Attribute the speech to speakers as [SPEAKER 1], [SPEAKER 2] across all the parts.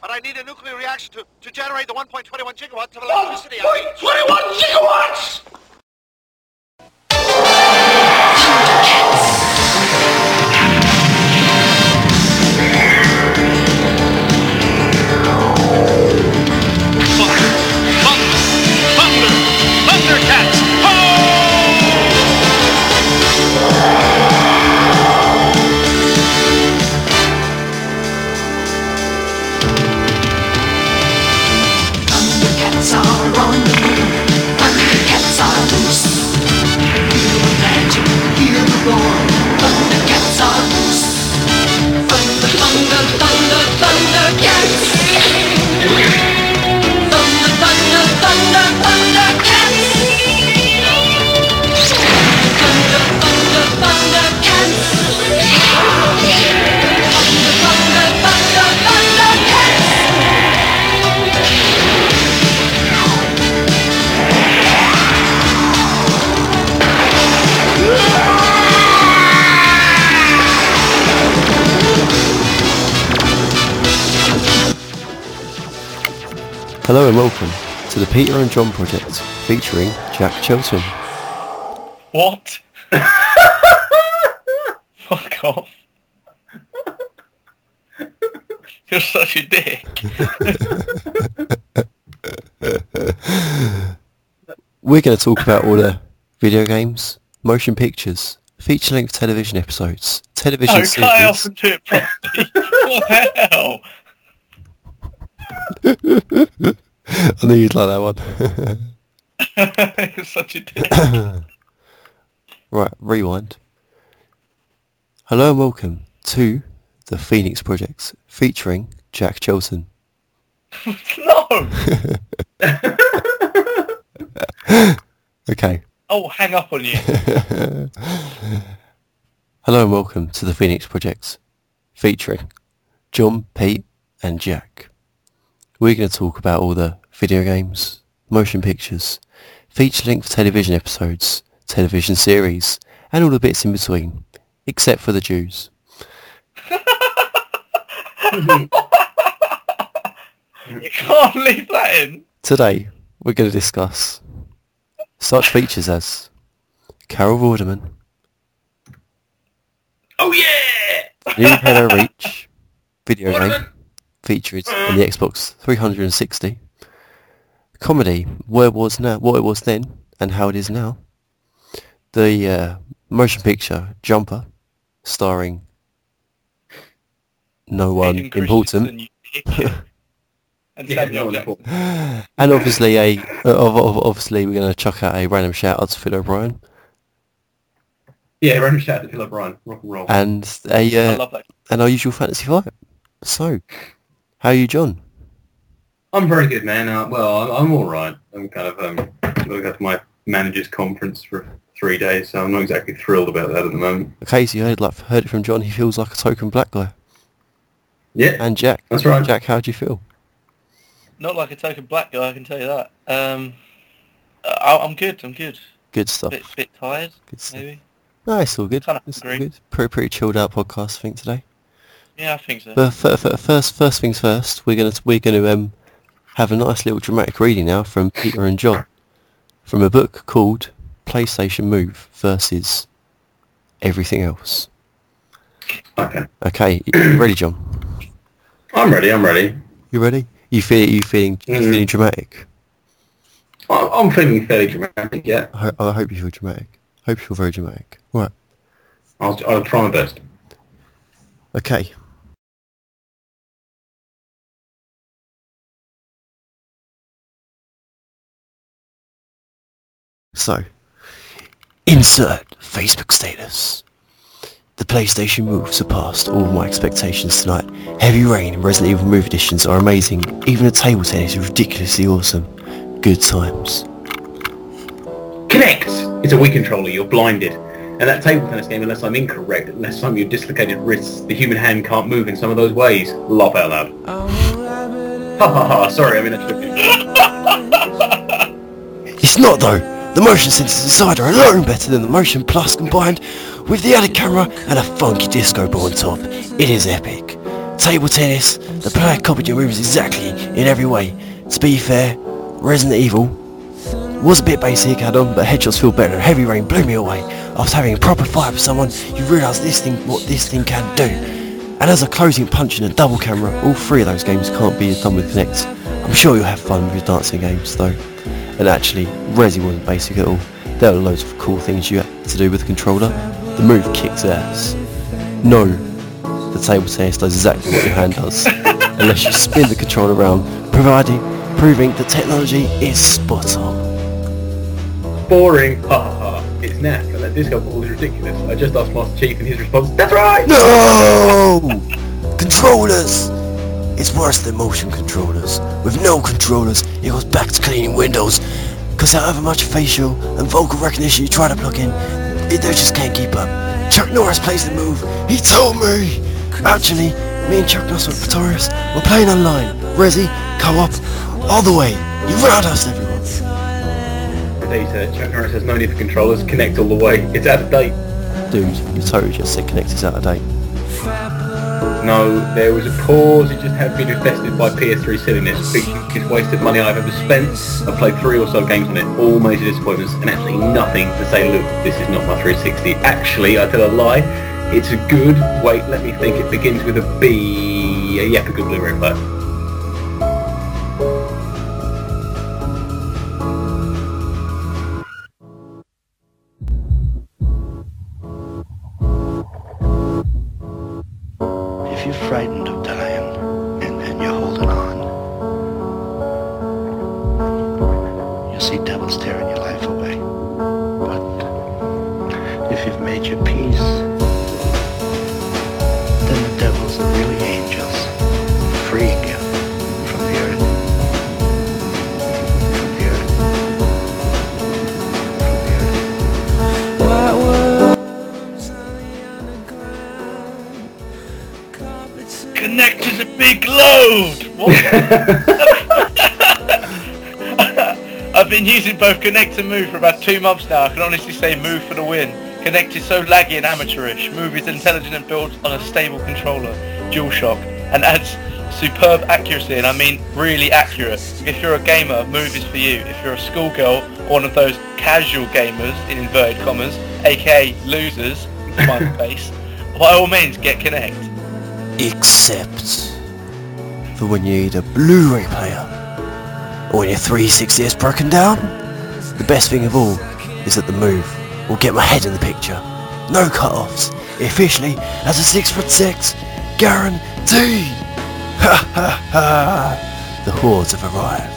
[SPEAKER 1] but I need a nuclear reaction to, to generate the 1.21 gigawatts of electricity. I-
[SPEAKER 2] 1.21 gigawatts!
[SPEAKER 3] Thundercats!
[SPEAKER 4] Thundercats are on the move. Thundercats are loose. Feel the magic, hear the roar. Thundercats are loose. Thunder, thunder, thunder, Thundercats. Thunder, thunder, thunder, Thundercats. Thunder, thunder, Thundercats. Thunder, thunder, thunder, Thundercats.
[SPEAKER 5] Hello and welcome to the Peter and John Project featuring Jack Chilton.
[SPEAKER 3] What? Fuck off. You're such a dick.
[SPEAKER 5] We're going to talk about all the video games, motion pictures, feature-length television episodes, television
[SPEAKER 3] Oh, Kyle
[SPEAKER 5] series,
[SPEAKER 3] can do it properly. what the hell?
[SPEAKER 5] I knew you'd like that one.
[SPEAKER 3] You're such a dick.
[SPEAKER 5] right, rewind. Hello and welcome to the Phoenix Project featuring Jack Chilton.
[SPEAKER 3] No!
[SPEAKER 5] Okay.
[SPEAKER 3] Oh, hang up on you.
[SPEAKER 5] Hello and welcome to the Phoenix Project featuring John, Pete and Jack. We're going to talk about all the video games, motion pictures, feature-length television episodes, television series and all the bits in between, except for the Jews.
[SPEAKER 3] You can't leave that in.
[SPEAKER 5] Today, we're going to discuss such features as Carol Vorderman,
[SPEAKER 2] Oh yeah!
[SPEAKER 5] New Halo Reach, video game, featured in the Xbox 360, comedy, where it was now, what it was then, and how it is now, the uh, motion picture Jumper, starring no one
[SPEAKER 3] Hayden
[SPEAKER 5] important,
[SPEAKER 3] Christensen, you dick. and
[SPEAKER 2] Yeah,
[SPEAKER 3] Samuel
[SPEAKER 2] no,
[SPEAKER 3] Jackson.
[SPEAKER 2] no.
[SPEAKER 5] and obviously a uh, ob- ob- obviously we're going to chuck out a random shout out to Phil O'Brien
[SPEAKER 2] Yeah, random shout out to Phil O'Brien. Rock and roll.
[SPEAKER 5] and a
[SPEAKER 3] I
[SPEAKER 5] uh,
[SPEAKER 3] love that.
[SPEAKER 5] and our usual fantasy fight. So, how are you, John?
[SPEAKER 2] I'm very good, man. Uh, well, I'm, I'm all right. I'm kind of um, I've got my manager's conference for three days, so I'm not exactly thrilled about that at the moment.
[SPEAKER 5] Okay, so you heard like heard it from John. He feels like a token black guy.
[SPEAKER 2] Yeah,
[SPEAKER 5] And Jack.
[SPEAKER 2] That's right.
[SPEAKER 5] Jack, how do you feel?
[SPEAKER 3] Not like a token black guy, I can tell you that. Um, I, I'm good, I'm good.
[SPEAKER 5] Good stuff.
[SPEAKER 3] Bit, bit tired,
[SPEAKER 5] Good stuff.
[SPEAKER 3] maybe.
[SPEAKER 5] No, it's all good.
[SPEAKER 3] Kinda
[SPEAKER 5] It's all
[SPEAKER 3] agree.
[SPEAKER 5] good. Pretty, pretty chilled out podcast, I think today.
[SPEAKER 3] Yeah, I think so.
[SPEAKER 5] But f- f- first, first things first. We're gonna we're gonna um have a nice little dramatic reading now from Peter and John from a book called PlayStation Move versus Everything Else.
[SPEAKER 2] okay.
[SPEAKER 5] Okay, you ready, John?
[SPEAKER 2] I'm ready. I'm ready.
[SPEAKER 5] You ready? You feel you feeling you
[SPEAKER 2] Mhm.
[SPEAKER 5] feeling dramatic?
[SPEAKER 2] I- I'm feeling fairly dramatic. Yeah,
[SPEAKER 5] I, ho- I hope you feel dramatic. Hope you feel very dramatic. Right.
[SPEAKER 2] I'll, I'll try my best.
[SPEAKER 5] Okay. So, insert Facebook status. The PlayStation Move surpassed all my expectations tonight. Heavy Rain and Resident Evil Move editions are amazing. Even the table tennis is ridiculously awesome. Good times.
[SPEAKER 2] Connect. It's a Wii controller. You're blinded. And that table tennis game, unless I'm incorrect, unless some of your dislocated wrists, the human hand can't move in some of those ways. Laugh out loud. Ha ha ha. Sorry, I mean that's joking.
[SPEAKER 5] It's not though. The motion sensors inside are a lot better than the motion plus combined with the other camera and a funky disco ball on top. It is epic. Table tennis. The player copied your moves exactly in every way. To be fair, Resident Evil was a bit basic add-on, but headshots feel better. Heavy Rain blew me away. After having a proper fight with someone, you realise this thing, what this thing can do. And as a closing punch and a double camera, all three of those games can't be done with Connect. I'm sure you'll have fun with your dancing games though. And actually, Resi wasn't basic at all. There were loads of cool things you had to do with the controller. The move kicks ass. No, the table tennis does exactly what your hand does, unless you spin the controller around, providing, proving the technology is spot on.
[SPEAKER 2] Boring. Ha ha ha. It's knack. And that disco ball is ridiculous. I just asked Master Chief and his response, that's right!
[SPEAKER 5] No! controllers! It's worse than motion controllers. With no controllers, it goes back to cleaning windows. Because however much facial and vocal recognition you try to plug in, it, they just can't keep up. Chuck Norris plays the move. He told me! Actually, me and Chuck Norris were Pretorius. We're playing online. Resi, co-op, all the way. You roundhouse everyone.
[SPEAKER 2] Data. Chuck Norris has no need for controllers. Connect all the way. It's out of date.
[SPEAKER 5] Dude, you totally just said Connect is out of date.
[SPEAKER 2] No, there was a pause. It just had been infested by PS3 silliness. Big biggest wasted money I've ever spent. I've played three or so games on it, all major disappointments, and absolutely nothing to say, look, this is not my 360. Actually, I tell a lie. It's a good, wait, let me think. It begins with a B. Yep, a good Blu-ray player.
[SPEAKER 6] If you're frightened of dying and, and you're holding on, you'll see devils tearing your life away. But if you've made your peace, then the devils are really angels, freeing you from the earth. From the earth. From the earth.
[SPEAKER 3] Connect is a big load. What? I've been using both Connect and Move for about two months now. I can honestly say Move for the win. Connect is so laggy and amateurish. Move is intelligent and built on a stable controller, DualShock, and adds superb accuracy, and I mean really accurate. If you're a gamer, Move is for you. If you're a schoolgirl, or one of those casual gamers, in inverted commas, aka losers, my face, by all means get Connect.
[SPEAKER 5] Except for when you need a Blu-ray player or when your 360 is broken down. The best thing of all is that the move will get my head in the picture. No cut-offs. It officially has a 6 foot 6 guarantee. Ha ha ha. The hordes have arrived.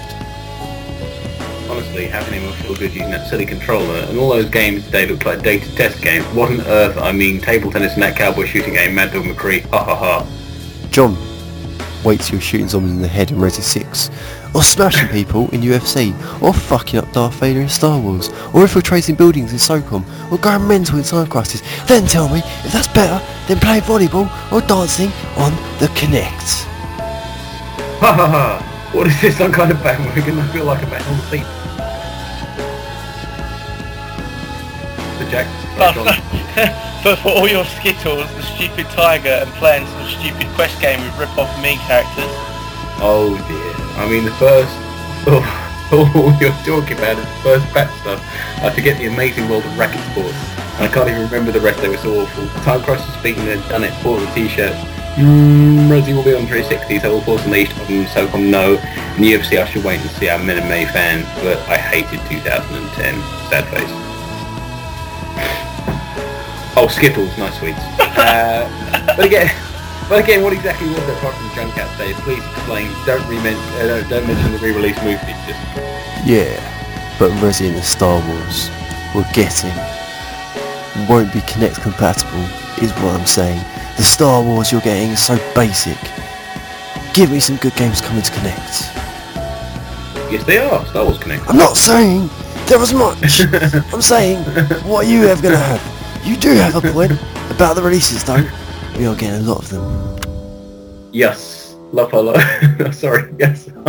[SPEAKER 2] Honestly, having him will feel good using that silly controller, and all those games today look like dated test games. What on earth? I mean, table tennis and that cowboy shooting game, Mad Dog McCree. Ha ha ha.
[SPEAKER 5] John waits till you're shooting zombies in the head in Resi 6, or smashing people in UFC, or fucking up Darth Vader in Star Wars, or infiltrating buildings in SOCOM, or going mental in Time Crisis. Then tell me if that's better than playing volleyball or dancing on the Kinect.
[SPEAKER 2] Ha ha ha! What is this, some kind of bandwagon? I feel like a man on the seat. The Jack.
[SPEAKER 3] But,
[SPEAKER 2] John.
[SPEAKER 3] but for all your skittles, the stupid tiger, and playing some stupid quest game with rip-off me characters,
[SPEAKER 2] Oh dear. I mean, the first... Oh, all you're talking about is the first bat stuff. I forget the amazing world of racket sports. And I can't even remember the rest. They were so awful. Time Crisis speaking, they've done it. Bought the t-shirts. Mm, Rosie will be on 360, so all Force Unleashed on SOCOM no. And UFC, I should wait and see. I'm a MMA fan, but I hated 2010. Sad face. Oh, Skittles, nice sweets. Uh, but again, but again, what exactly was that apart from junk out days? Please explain. Don't remen- uh, don't- don't mention the re-release movie. Just
[SPEAKER 5] Yeah, but Resi in the Star Wars will get him. Won't be Kinect compatible, is what I'm saying. The Star Wars you're getting is so basic. Give me some good games coming to Kinect.
[SPEAKER 2] yes, they are Star Wars Connect.
[SPEAKER 5] I'm not saying there was much. I'm saying what are you ever going to have? You do have a point about the releases though. We are getting a lot of them.
[SPEAKER 2] Yes, La Pala. Sorry, yes.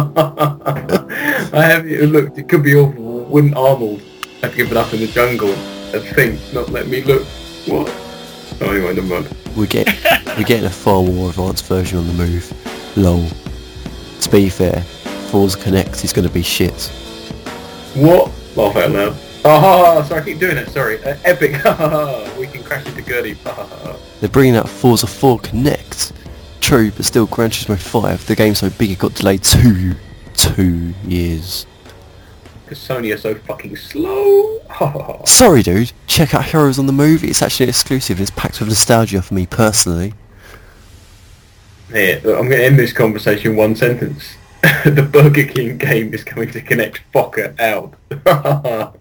[SPEAKER 2] I have you looked. It could be awful. Wouldn't Arnold have given up in the jungle and think not let me look? What? Oh, anyway, never mind.
[SPEAKER 5] We're getting we're getting a far more advanced version on the move. Lol. To be fair, Forza Connect is going to be shit.
[SPEAKER 2] What? Laugh out loud. Ah, ha, ha, sorry, I keep doing it. Sorry. Uh, epic. Ha, ha, ha. We can crash into Gertie. Ha, ha, ha.
[SPEAKER 5] They're bringing out Forza 4 Connect. True, but still Gran Turismo 5. The game's so big it got delayed two, two years.
[SPEAKER 2] Because Sony are so fucking slow. Ha, ha, ha.
[SPEAKER 5] Sorry, dude. Check out Heroes on the Move. It's actually exclusive. It's packed with nostalgia for me personally.
[SPEAKER 2] Here, look, I'm going to end this conversation in one sentence. the Burger King game is going to connect Fokker out.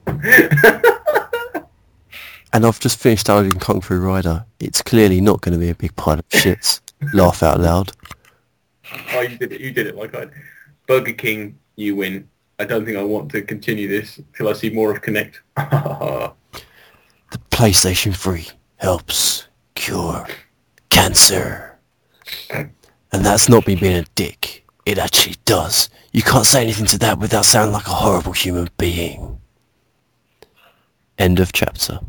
[SPEAKER 5] And I've just finished downloading Kung Fu Rider. It's clearly not going to be a big pile of shit. Laugh out loud.
[SPEAKER 2] oh, you did it. You did it like I did. Burger King, you win. I don't think I want to continue this till I see more of Connect.
[SPEAKER 5] The PlayStation 3 helps cure cancer. And that's not me being a dick. It actually does. You can't say anything to that without sounding like a horrible human being. End of chapter.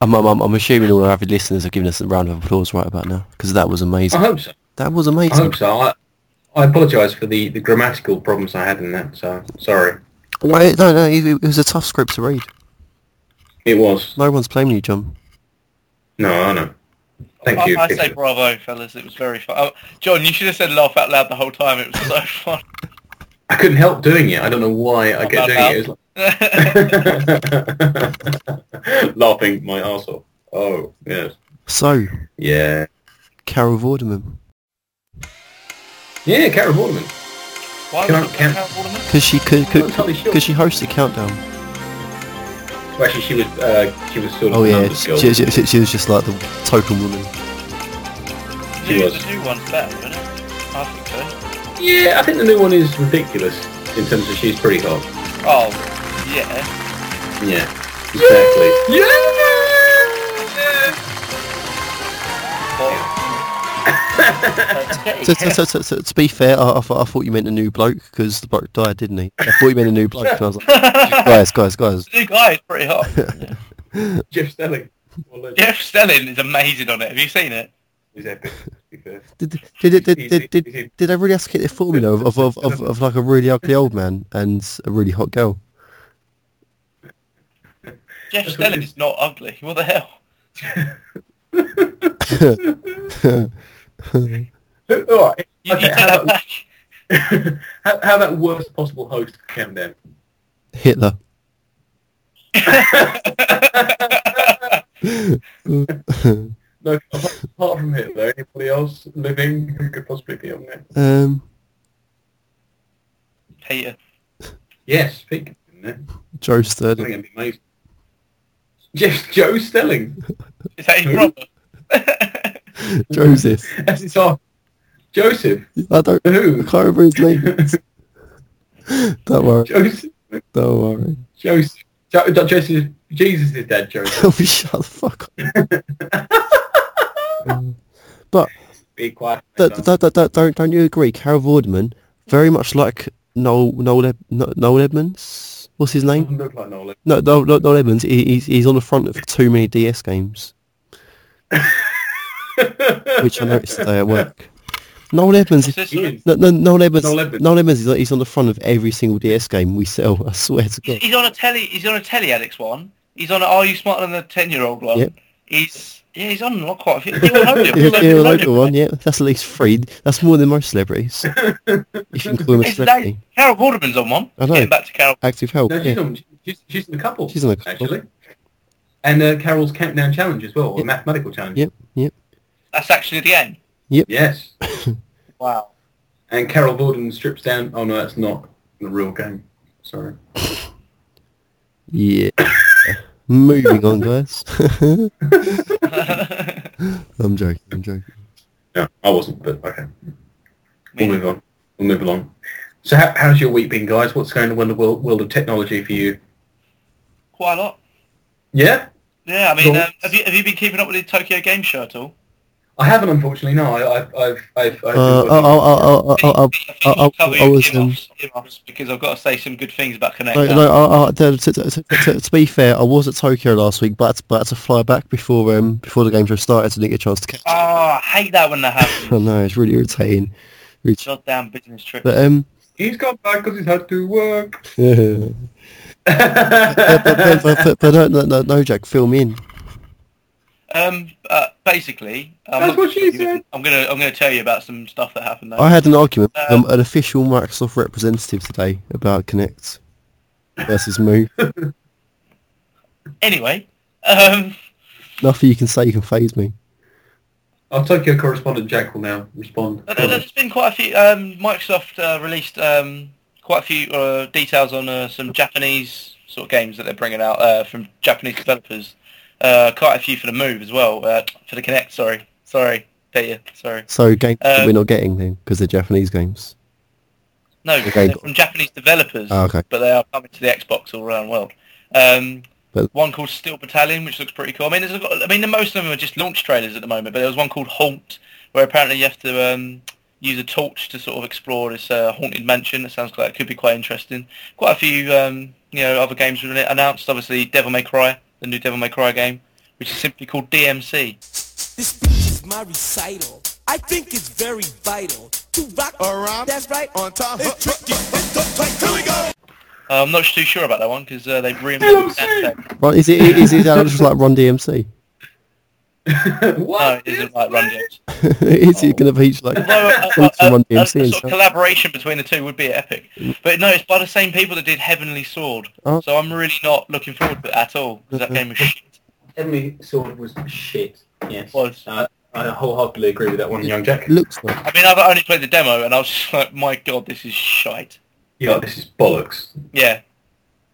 [SPEAKER 5] I'm, I'm, I'm assuming all our avid listeners have given us a round of applause right about now, because that was
[SPEAKER 2] I
[SPEAKER 5] amazing.
[SPEAKER 2] hope so.
[SPEAKER 5] That was
[SPEAKER 2] I
[SPEAKER 5] amazing.
[SPEAKER 2] hope so. I, I apologise for the, the grammatical problems I had in that, so sorry.
[SPEAKER 5] No, no, no, it, it was a tough script to read.
[SPEAKER 2] It was.
[SPEAKER 5] No one's blaming you, John.
[SPEAKER 2] No, I know. Thank
[SPEAKER 3] I,
[SPEAKER 2] you.
[SPEAKER 3] I say bravo, fellas. It was very fun. Oh, John, you should have said laugh out loud the whole time. It was so fun.
[SPEAKER 2] I couldn't help doing it. I don't know why I kept
[SPEAKER 3] About
[SPEAKER 2] doing it. It was like... Laughing my arse off. Oh, yes.
[SPEAKER 5] So,
[SPEAKER 2] Yeah.
[SPEAKER 5] Carol Vorderman.
[SPEAKER 2] Yeah, Carol Vorderman.
[SPEAKER 3] Why
[SPEAKER 2] Can I-
[SPEAKER 3] was it
[SPEAKER 2] can-
[SPEAKER 3] Carol Waterman?
[SPEAKER 5] Because she could,
[SPEAKER 2] I'm
[SPEAKER 5] could,
[SPEAKER 2] not entirely sure.
[SPEAKER 5] cause she hosted Countdown.
[SPEAKER 2] Well, actually, she was, uh, she was sort of
[SPEAKER 5] Oh
[SPEAKER 2] a
[SPEAKER 5] yeah,
[SPEAKER 2] numbers
[SPEAKER 5] she,
[SPEAKER 2] girl.
[SPEAKER 5] she, she, she was just like the token woman.
[SPEAKER 2] She
[SPEAKER 3] Yeah,
[SPEAKER 2] was.
[SPEAKER 3] The new one's better, isn't it? I think so.
[SPEAKER 2] Yeah, I think the new one is ridiculous in terms of she's pretty hot.
[SPEAKER 3] Oh, yeah.
[SPEAKER 2] Yeah, exactly. Yeah!
[SPEAKER 3] Well,
[SPEAKER 5] So, so, so, so, so, to be fair, I, I, thought, I thought you meant a new bloke because the bloke died, didn't he? I thought you meant a new bloke, and I was like, guys, guys, guys.
[SPEAKER 3] the new guy is pretty hot.
[SPEAKER 2] Jeff Stelling. Well, that's-
[SPEAKER 3] Jeff Stelling is amazing on it. Have you seen it?
[SPEAKER 2] He's epic, to be fair.
[SPEAKER 5] Did did did did did, did, did I really have to get the formula of of, of, of of like a really ugly old man and a really hot girl?
[SPEAKER 3] Jeff Stelling is not ugly. What the hell?
[SPEAKER 2] All right.
[SPEAKER 3] You,
[SPEAKER 2] Okay,
[SPEAKER 3] you
[SPEAKER 2] how
[SPEAKER 3] take that
[SPEAKER 2] about,
[SPEAKER 3] back.
[SPEAKER 2] how, how about worst possible host countdown?
[SPEAKER 5] Hitler.
[SPEAKER 2] No, apart apart from Hitler, anybody else living who could possibly be on there?
[SPEAKER 5] Um,
[SPEAKER 3] Peter.
[SPEAKER 2] Yes, Pete could be in there.
[SPEAKER 5] Joe
[SPEAKER 2] I think
[SPEAKER 5] Sterling.
[SPEAKER 2] that'd be amazing. Jeff Joe Stelling.
[SPEAKER 3] Is that his
[SPEAKER 2] Who?
[SPEAKER 3] brother?
[SPEAKER 5] Joseph.
[SPEAKER 2] That's his half. Joseph.
[SPEAKER 5] I don't. I
[SPEAKER 2] Who?
[SPEAKER 5] can't remember his name. Don't worry.
[SPEAKER 2] Joseph.
[SPEAKER 5] Don't worry.
[SPEAKER 2] Joseph. Jo- not Joseph. Jesus is dead, Joseph.
[SPEAKER 5] Oh, shut the fuck up. but
[SPEAKER 2] Be quiet.
[SPEAKER 5] don't, don't, don't- don't, don't, don't you agree? Carol Vorderman, very much like Noel Noel, Ed, No- Noel Edmonds. What's his name?
[SPEAKER 2] Doesn't look like Nolan.
[SPEAKER 5] No, Noel, Noel- Noel Edmonds. He, he's, he's on the front of too many DS games, which I noticed today at work. Noel Edmonds.
[SPEAKER 3] Is this
[SPEAKER 5] Is,
[SPEAKER 2] He is.
[SPEAKER 5] no, no, Noel Edmonds.
[SPEAKER 2] Noel Edmonds.
[SPEAKER 5] Noel Edmonds. Is, like- he's on the front of every single DS game we sell. I swear to
[SPEAKER 3] He's,
[SPEAKER 5] God.
[SPEAKER 3] he's on a telly. He's on a telly Alex one. He's on. A, Are you smarter than a ten-year-old one?
[SPEAKER 5] Yep.
[SPEAKER 3] He's yeah. He's on not quite a few. He will know you.
[SPEAKER 5] Yeah,
[SPEAKER 3] He'll know
[SPEAKER 5] yeah,
[SPEAKER 3] you.
[SPEAKER 5] local one. Yeah, that's at least three. That's more than most celebrities. If you can call him a
[SPEAKER 3] It's like,
[SPEAKER 5] celebrity.
[SPEAKER 3] Carol Waterman's on one.
[SPEAKER 5] I know.
[SPEAKER 3] Getting back to Carol.
[SPEAKER 5] Active help.
[SPEAKER 2] No, she's,
[SPEAKER 5] yeah.
[SPEAKER 2] on, she's, she's in a couple.
[SPEAKER 5] She's in a couple.
[SPEAKER 2] Actually. And uh, Carol's Countdown Challenge as well, or
[SPEAKER 5] Yep.
[SPEAKER 2] Mathematical Challenge.
[SPEAKER 5] Yep. Yep.
[SPEAKER 3] That's actually the end.
[SPEAKER 2] Yes.
[SPEAKER 3] Wow.
[SPEAKER 2] And Carol Borden strips down. Oh, no, that's not the real game. Sorry.
[SPEAKER 5] Yeah. Moving on, guys. I'm joking. I'm joking.
[SPEAKER 2] No, I wasn't, but okay. We'll move on. We'll move along. So how, how's your week been, guys? What's going on in the world, world of technology for you?
[SPEAKER 3] Quite a lot.
[SPEAKER 2] Yeah?
[SPEAKER 3] Yeah. I mean,
[SPEAKER 2] Cool.
[SPEAKER 3] um, have you have you been keeping up with the Tokyo Game Show at all?
[SPEAKER 2] I haven't, unfortunately. No, I, I've, I've, I've. I've
[SPEAKER 5] Uh,
[SPEAKER 2] been working-
[SPEAKER 5] I, I, I, I, I, I, I, I was um,
[SPEAKER 3] because I've got to say some good things about Connect.
[SPEAKER 5] no, no, I, I, to, to, to, to, to be fair, I was at Tokyo last week, but I had to, but I had to fly back before um before the game show started, so I didn't get a chance to catch.
[SPEAKER 3] Oh, I hate that when that happens.
[SPEAKER 5] I know it's really irritating. Really ch-
[SPEAKER 3] Goddamn business trip.
[SPEAKER 5] But um,
[SPEAKER 2] He's gone back because he's had to work.
[SPEAKER 5] yeah, but, but, but, but, but no, no, no, no, Jack, fill me in.
[SPEAKER 3] Um, uh, basically, I'm
[SPEAKER 2] That's
[SPEAKER 3] not-
[SPEAKER 2] what she said.
[SPEAKER 3] I'm gonna I'm gonna tell you about some stuff that happened. Though.
[SPEAKER 5] I had an argument with um, an official Microsoft representative today about Connect versus Move.
[SPEAKER 3] Anyway, um,
[SPEAKER 5] Nothing you can say can phase me.
[SPEAKER 2] Our Tokyo correspondent Jack will now respond.
[SPEAKER 3] there- there's been quite a few. Um, Microsoft uh, released um, quite a few uh, details on uh, some Japanese sort of games that they're bringing out uh, from Japanese developers. Uh, quite a few for the Move as well. Uh, for the Connect, sorry, sorry, Peter, sorry.
[SPEAKER 5] So games that
[SPEAKER 3] Um,
[SPEAKER 5] we're not getting then because they're Japanese games.
[SPEAKER 3] No,
[SPEAKER 5] Okay.
[SPEAKER 3] they're from Japanese developers,
[SPEAKER 5] Ah, okay.
[SPEAKER 3] but they are coming to the Xbox all around the world. Um,
[SPEAKER 5] But-
[SPEAKER 3] one called Steel Battalion, which looks pretty cool. I mean, there's a, I mean, the most of them are just launch trailers at the moment, but there was one called Haunt, where apparently you have to um, use a torch to sort of explore this uh, haunted mansion. That sounds like it could be quite interesting. Quite a few, um, you know, other games were announced. Obviously, Devil May Cry, the new Devil May Cry game, which is simply called DMC.
[SPEAKER 7] This speech is my recital. I think it's very vital to rock around. That's right. On time. It's tricky. It's the tight. Here we go.
[SPEAKER 3] Uh, I'm not too sure about that one because uh, they've reinvented that.
[SPEAKER 5] Right? Is it is it sound just like Run DMC?
[SPEAKER 3] No,
[SPEAKER 2] what?
[SPEAKER 3] it isn't like Run DMC.
[SPEAKER 5] is it going to be like
[SPEAKER 3] Well,
[SPEAKER 5] Run
[SPEAKER 3] a, a,
[SPEAKER 5] Run
[SPEAKER 3] a, a
[SPEAKER 5] DMC and
[SPEAKER 3] sort of
[SPEAKER 5] stuff?
[SPEAKER 3] collaboration between the two would be epic. But no, it's by the same people that did Heavenly Sword.
[SPEAKER 5] Oh.
[SPEAKER 3] So I'm really not looking forward to it at all because that game was shit.
[SPEAKER 8] Heavenly Sword was shit. Yes.
[SPEAKER 3] Was.
[SPEAKER 8] Uh, I wholeheartedly agree with that one, young Jack.
[SPEAKER 5] Looks like
[SPEAKER 3] I mean, I've only played the demo and I was just like, my god, this is shite.
[SPEAKER 2] Yeah, this is bollocks.
[SPEAKER 3] Yeah,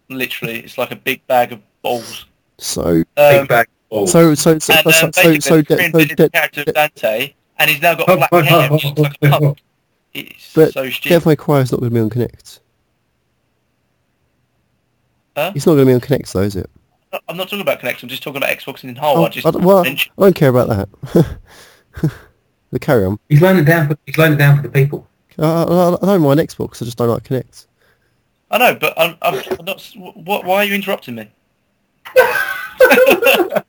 [SPEAKER 3] literally, it's like a big bag of balls.
[SPEAKER 5] so.
[SPEAKER 3] Um,
[SPEAKER 2] Big bag. Oh.
[SPEAKER 5] So so so
[SPEAKER 3] and
[SPEAKER 5] so so
[SPEAKER 3] um,
[SPEAKER 5] so,
[SPEAKER 3] basically,
[SPEAKER 5] so,
[SPEAKER 3] they
[SPEAKER 5] de- so
[SPEAKER 3] reinvented the
[SPEAKER 5] de-
[SPEAKER 3] character of Dante, and he's now got
[SPEAKER 2] Oh,
[SPEAKER 3] black
[SPEAKER 2] oh,
[SPEAKER 3] hair.
[SPEAKER 2] oh,
[SPEAKER 3] which looks like
[SPEAKER 2] oh,
[SPEAKER 3] a
[SPEAKER 2] oh.
[SPEAKER 3] punk. It's
[SPEAKER 5] But
[SPEAKER 3] so stupid.
[SPEAKER 5] Devil May Cry is not going to be on Connect.
[SPEAKER 3] Huh?
[SPEAKER 5] It's not going to be on Connect though, is it? Oh,
[SPEAKER 3] I'm not talking about Connect. I'm just talking about Xbox in whole. Oh, I just
[SPEAKER 5] I, don't- well, I don't care about that. but carry on.
[SPEAKER 2] He's laying it down. For, he's laying it down for the people.
[SPEAKER 5] I, I, I don't mind Xbox. I just don't like Connect.
[SPEAKER 3] I know, but I'm, I'm not. s- What? Why are you interrupting me?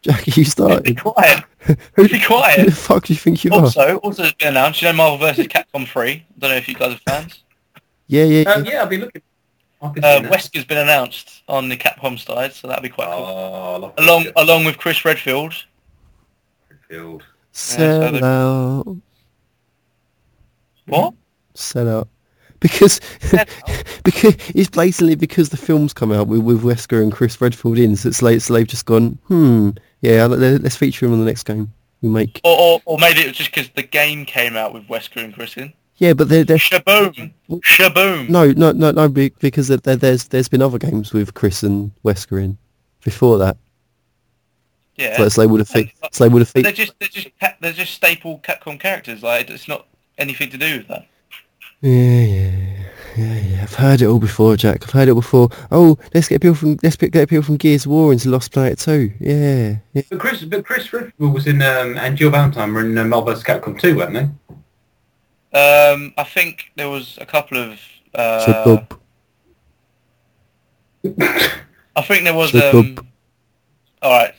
[SPEAKER 5] Jackie, you
[SPEAKER 3] Be
[SPEAKER 5] started.
[SPEAKER 3] quiet.
[SPEAKER 5] Who
[SPEAKER 3] Be
[SPEAKER 5] who
[SPEAKER 3] quiet.
[SPEAKER 5] the fuck do you think you are?
[SPEAKER 3] Also, also it's been announced, you know, Marvel vs. Capcom 3. I don't know if you guys are fans.
[SPEAKER 5] Yeah, yeah, yeah.
[SPEAKER 2] Um, yeah, I've been looking. I've been
[SPEAKER 3] Uh,
[SPEAKER 2] seeing that.
[SPEAKER 3] Wesker's been announced on the Capcom side, so that'll be quite cool.
[SPEAKER 2] Oh, I love
[SPEAKER 3] Along,
[SPEAKER 2] that
[SPEAKER 3] along with Chris Redfield.
[SPEAKER 5] Mm-hmm.
[SPEAKER 2] field.
[SPEAKER 5] Sell
[SPEAKER 3] so the-
[SPEAKER 5] out.
[SPEAKER 3] What?
[SPEAKER 5] Sell out. Because, because it's blatantly because the films come out with, with Wesker and Chris Redfield in, so it's like so they've just gone, hmm, yeah, let, us feature him on the next game we make.
[SPEAKER 3] Or, or, or maybe it was just because the game came out with Wesker and Chris in.
[SPEAKER 5] Yeah, but they're, they're
[SPEAKER 3] Shaboom! Shaboom!
[SPEAKER 5] no, no, no, no, be- because there- there, there's there's been other games with Chris and Wesker in before that,
[SPEAKER 3] Yeah.
[SPEAKER 5] so, so they would have fe- so they would have fe-
[SPEAKER 3] They're just, they're just, ca- they're just staple Capcom characters. Like, it's not anything to do with that.
[SPEAKER 5] Yeah, yeah, yeah, yeah. I've heard it all before, Jack. I've heard it before. Oh, let's get people from let's get people from Gears of War into Lost Planet 2. Yeah, yeah.
[SPEAKER 2] But Chris, but Chris Redfield was in, um, and Jill Valentine were in uh, Marvel vs. Capcom 2, weren't they?
[SPEAKER 3] Um, I think there was a couple of... Uh,
[SPEAKER 5] So dub.
[SPEAKER 3] I think there was.
[SPEAKER 5] Shut
[SPEAKER 3] Um,
[SPEAKER 5] up.
[SPEAKER 3] all right,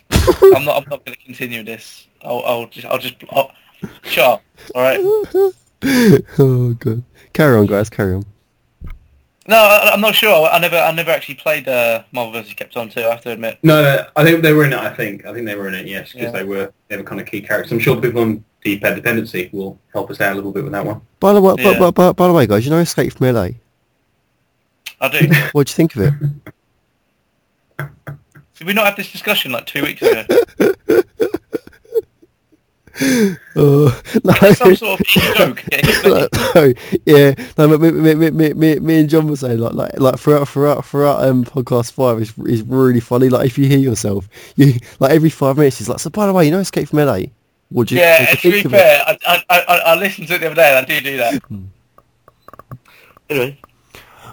[SPEAKER 3] I'm not. I'm not going to continue this. I'll, I'll just. I'll just. I'll, shut up. All right.
[SPEAKER 5] oh god. Carry on, guys. Carry on.
[SPEAKER 3] No, I, I'm not sure. I never. I never actually played uh, Marvel vs. Capcom 2. I have to admit.
[SPEAKER 2] No, no, I think they were in it. I think I think they were in it. Yes, because
[SPEAKER 3] Yeah.
[SPEAKER 2] they were they were kind of key characters. I'm sure the people on D-pad dependency will help us out a little bit with that one.
[SPEAKER 5] By the way,
[SPEAKER 3] Yeah.
[SPEAKER 5] by, by, by, by the way, guys, you know Escape from LA.
[SPEAKER 3] I do.
[SPEAKER 5] What do you think of it?
[SPEAKER 3] Did we not have this discussion like two weeks ago?
[SPEAKER 5] Oh, no.
[SPEAKER 3] Some sort of joke. getting-
[SPEAKER 5] no, yeah, no, but me, me, me, me, me, me and John were saying like, like, like throughout, throughout, throughout um, podcast five is is really funny. Like if you hear yourself, you like every five minutes, it's like, so by the way, you know, Escape from LA. What do you,
[SPEAKER 3] Yeah,
[SPEAKER 5] what
[SPEAKER 3] and
[SPEAKER 5] do you
[SPEAKER 3] to be
[SPEAKER 5] think of it? Hmm.
[SPEAKER 3] fair, I, I, I, I listened to it the other day and I do do that.
[SPEAKER 9] Anyway,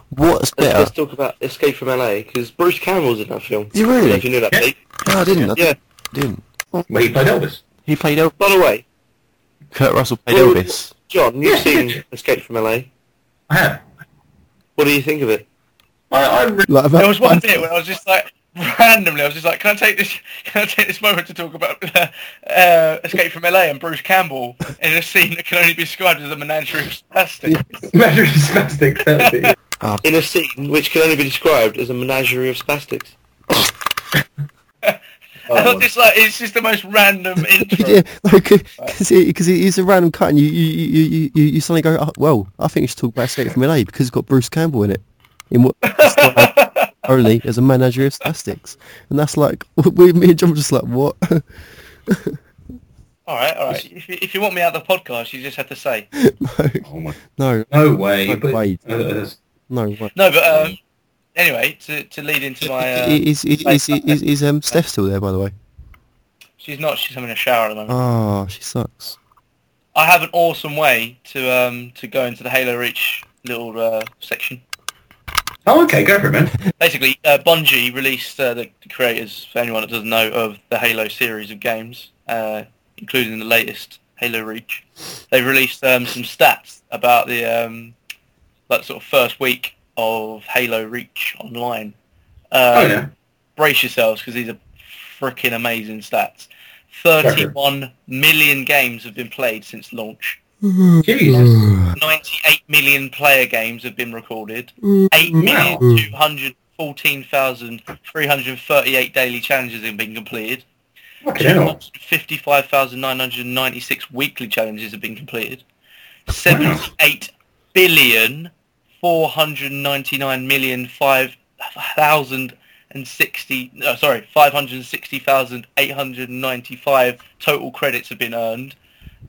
[SPEAKER 5] What's
[SPEAKER 9] let's,
[SPEAKER 5] better?
[SPEAKER 9] let's talk about Escape from LA because Bruce Campbell's in that film.
[SPEAKER 5] You
[SPEAKER 9] I don't know
[SPEAKER 5] really?
[SPEAKER 9] if you knew that.
[SPEAKER 2] Yeah.
[SPEAKER 9] Pete.
[SPEAKER 5] No, I didn't. I
[SPEAKER 9] Yeah.
[SPEAKER 5] didn't.
[SPEAKER 2] Well, he played Elvis.
[SPEAKER 5] He played El.
[SPEAKER 9] By the way,
[SPEAKER 10] Kurt Russell played
[SPEAKER 11] Well,
[SPEAKER 10] Elvis.
[SPEAKER 11] John, you've seen Escape from LA.
[SPEAKER 2] I have.
[SPEAKER 11] What do you think of it?
[SPEAKER 2] I, I really
[SPEAKER 5] Like,
[SPEAKER 3] There was one bit when I was just like, randomly, I was just like, can I take this, can I take this moment to talk about uh, uh, Escape from LA and Bruce Campbell in a scene that can only be described as a menagerie of plastic?
[SPEAKER 2] measure is spastic. That was it.
[SPEAKER 11] In a scene which can only be described as a menagerie of spastics.
[SPEAKER 3] I thought this like it's just the most random intro.
[SPEAKER 5] Yeah, because it is a random cut, and you you, you, you, you you suddenly go, oh, well, I think we should talk about Escape from LA because it's got Bruce Campbell in it. In what it's like only as a manager of statistics, and that's like we, me and John were just like what?
[SPEAKER 3] All right, all right. If you, if you want me out of the podcast, you just have to say
[SPEAKER 2] Oh my.
[SPEAKER 5] no,
[SPEAKER 2] No way.
[SPEAKER 5] No
[SPEAKER 2] but,
[SPEAKER 5] way.
[SPEAKER 2] uh, uh,
[SPEAKER 5] no. What?
[SPEAKER 3] no. But um, anyway, to, to lead into my, uh,
[SPEAKER 5] is, is, is, is, is um Steph still there by the way?
[SPEAKER 3] she's not. She's having a shower at the moment.
[SPEAKER 5] Oh, she sucks.
[SPEAKER 3] I have an awesome way to um to go into the Halo Reach little uh, section.
[SPEAKER 2] oh, okay. Go for it, man.
[SPEAKER 3] Basically, uh, Bungie released uh, the creators, for anyone that doesn't know, of the Halo series of games, uh, including the latest Halo Reach. They've released um, some stats about the um, that sort of first week of Halo Reach online. Um,
[SPEAKER 2] Oh yeah.
[SPEAKER 3] Brace yourselves because these are freaking amazing stats. 31 million games have been played since launch.
[SPEAKER 5] Mm.
[SPEAKER 2] Jesus.
[SPEAKER 3] 98 million player games have been recorded.
[SPEAKER 2] Mm.
[SPEAKER 3] 8,214,338 daily challenges have been completed.
[SPEAKER 2] Fucking hell.
[SPEAKER 3] 55,996 weekly challenges have been completed. 78 billion 499 million 5,060 no, uh, sorry 560,895 total credits have been earned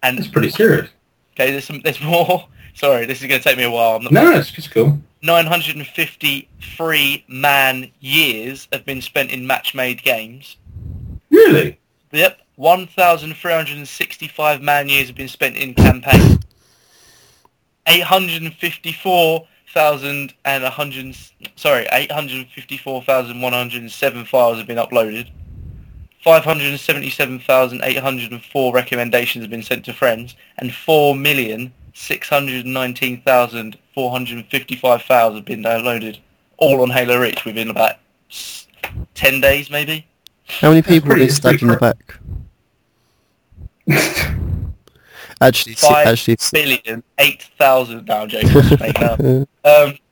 [SPEAKER 3] and
[SPEAKER 2] That's pretty serious.
[SPEAKER 3] Okay, there's some, there's more. Sorry, this is going to take me a while. I'm not,
[SPEAKER 2] No, it's just cool.
[SPEAKER 3] 953 man years have been spent in match-made games.
[SPEAKER 2] Really?
[SPEAKER 3] Yep, 1,365 man years have been spent in campaign. 854,100 sorry, 854,107 files have been uploaded. 577,804 recommendations have been sent to friends and 4,619,455 files have been downloaded all on Halo Reach within about s- 10 days maybe.
[SPEAKER 5] How many people have
[SPEAKER 2] pretty-
[SPEAKER 5] been stabbed in the back? Actually, si-
[SPEAKER 3] Five
[SPEAKER 5] actually, si-
[SPEAKER 3] billion, eight thousand. No, I'm joking. I'm just making up. Um,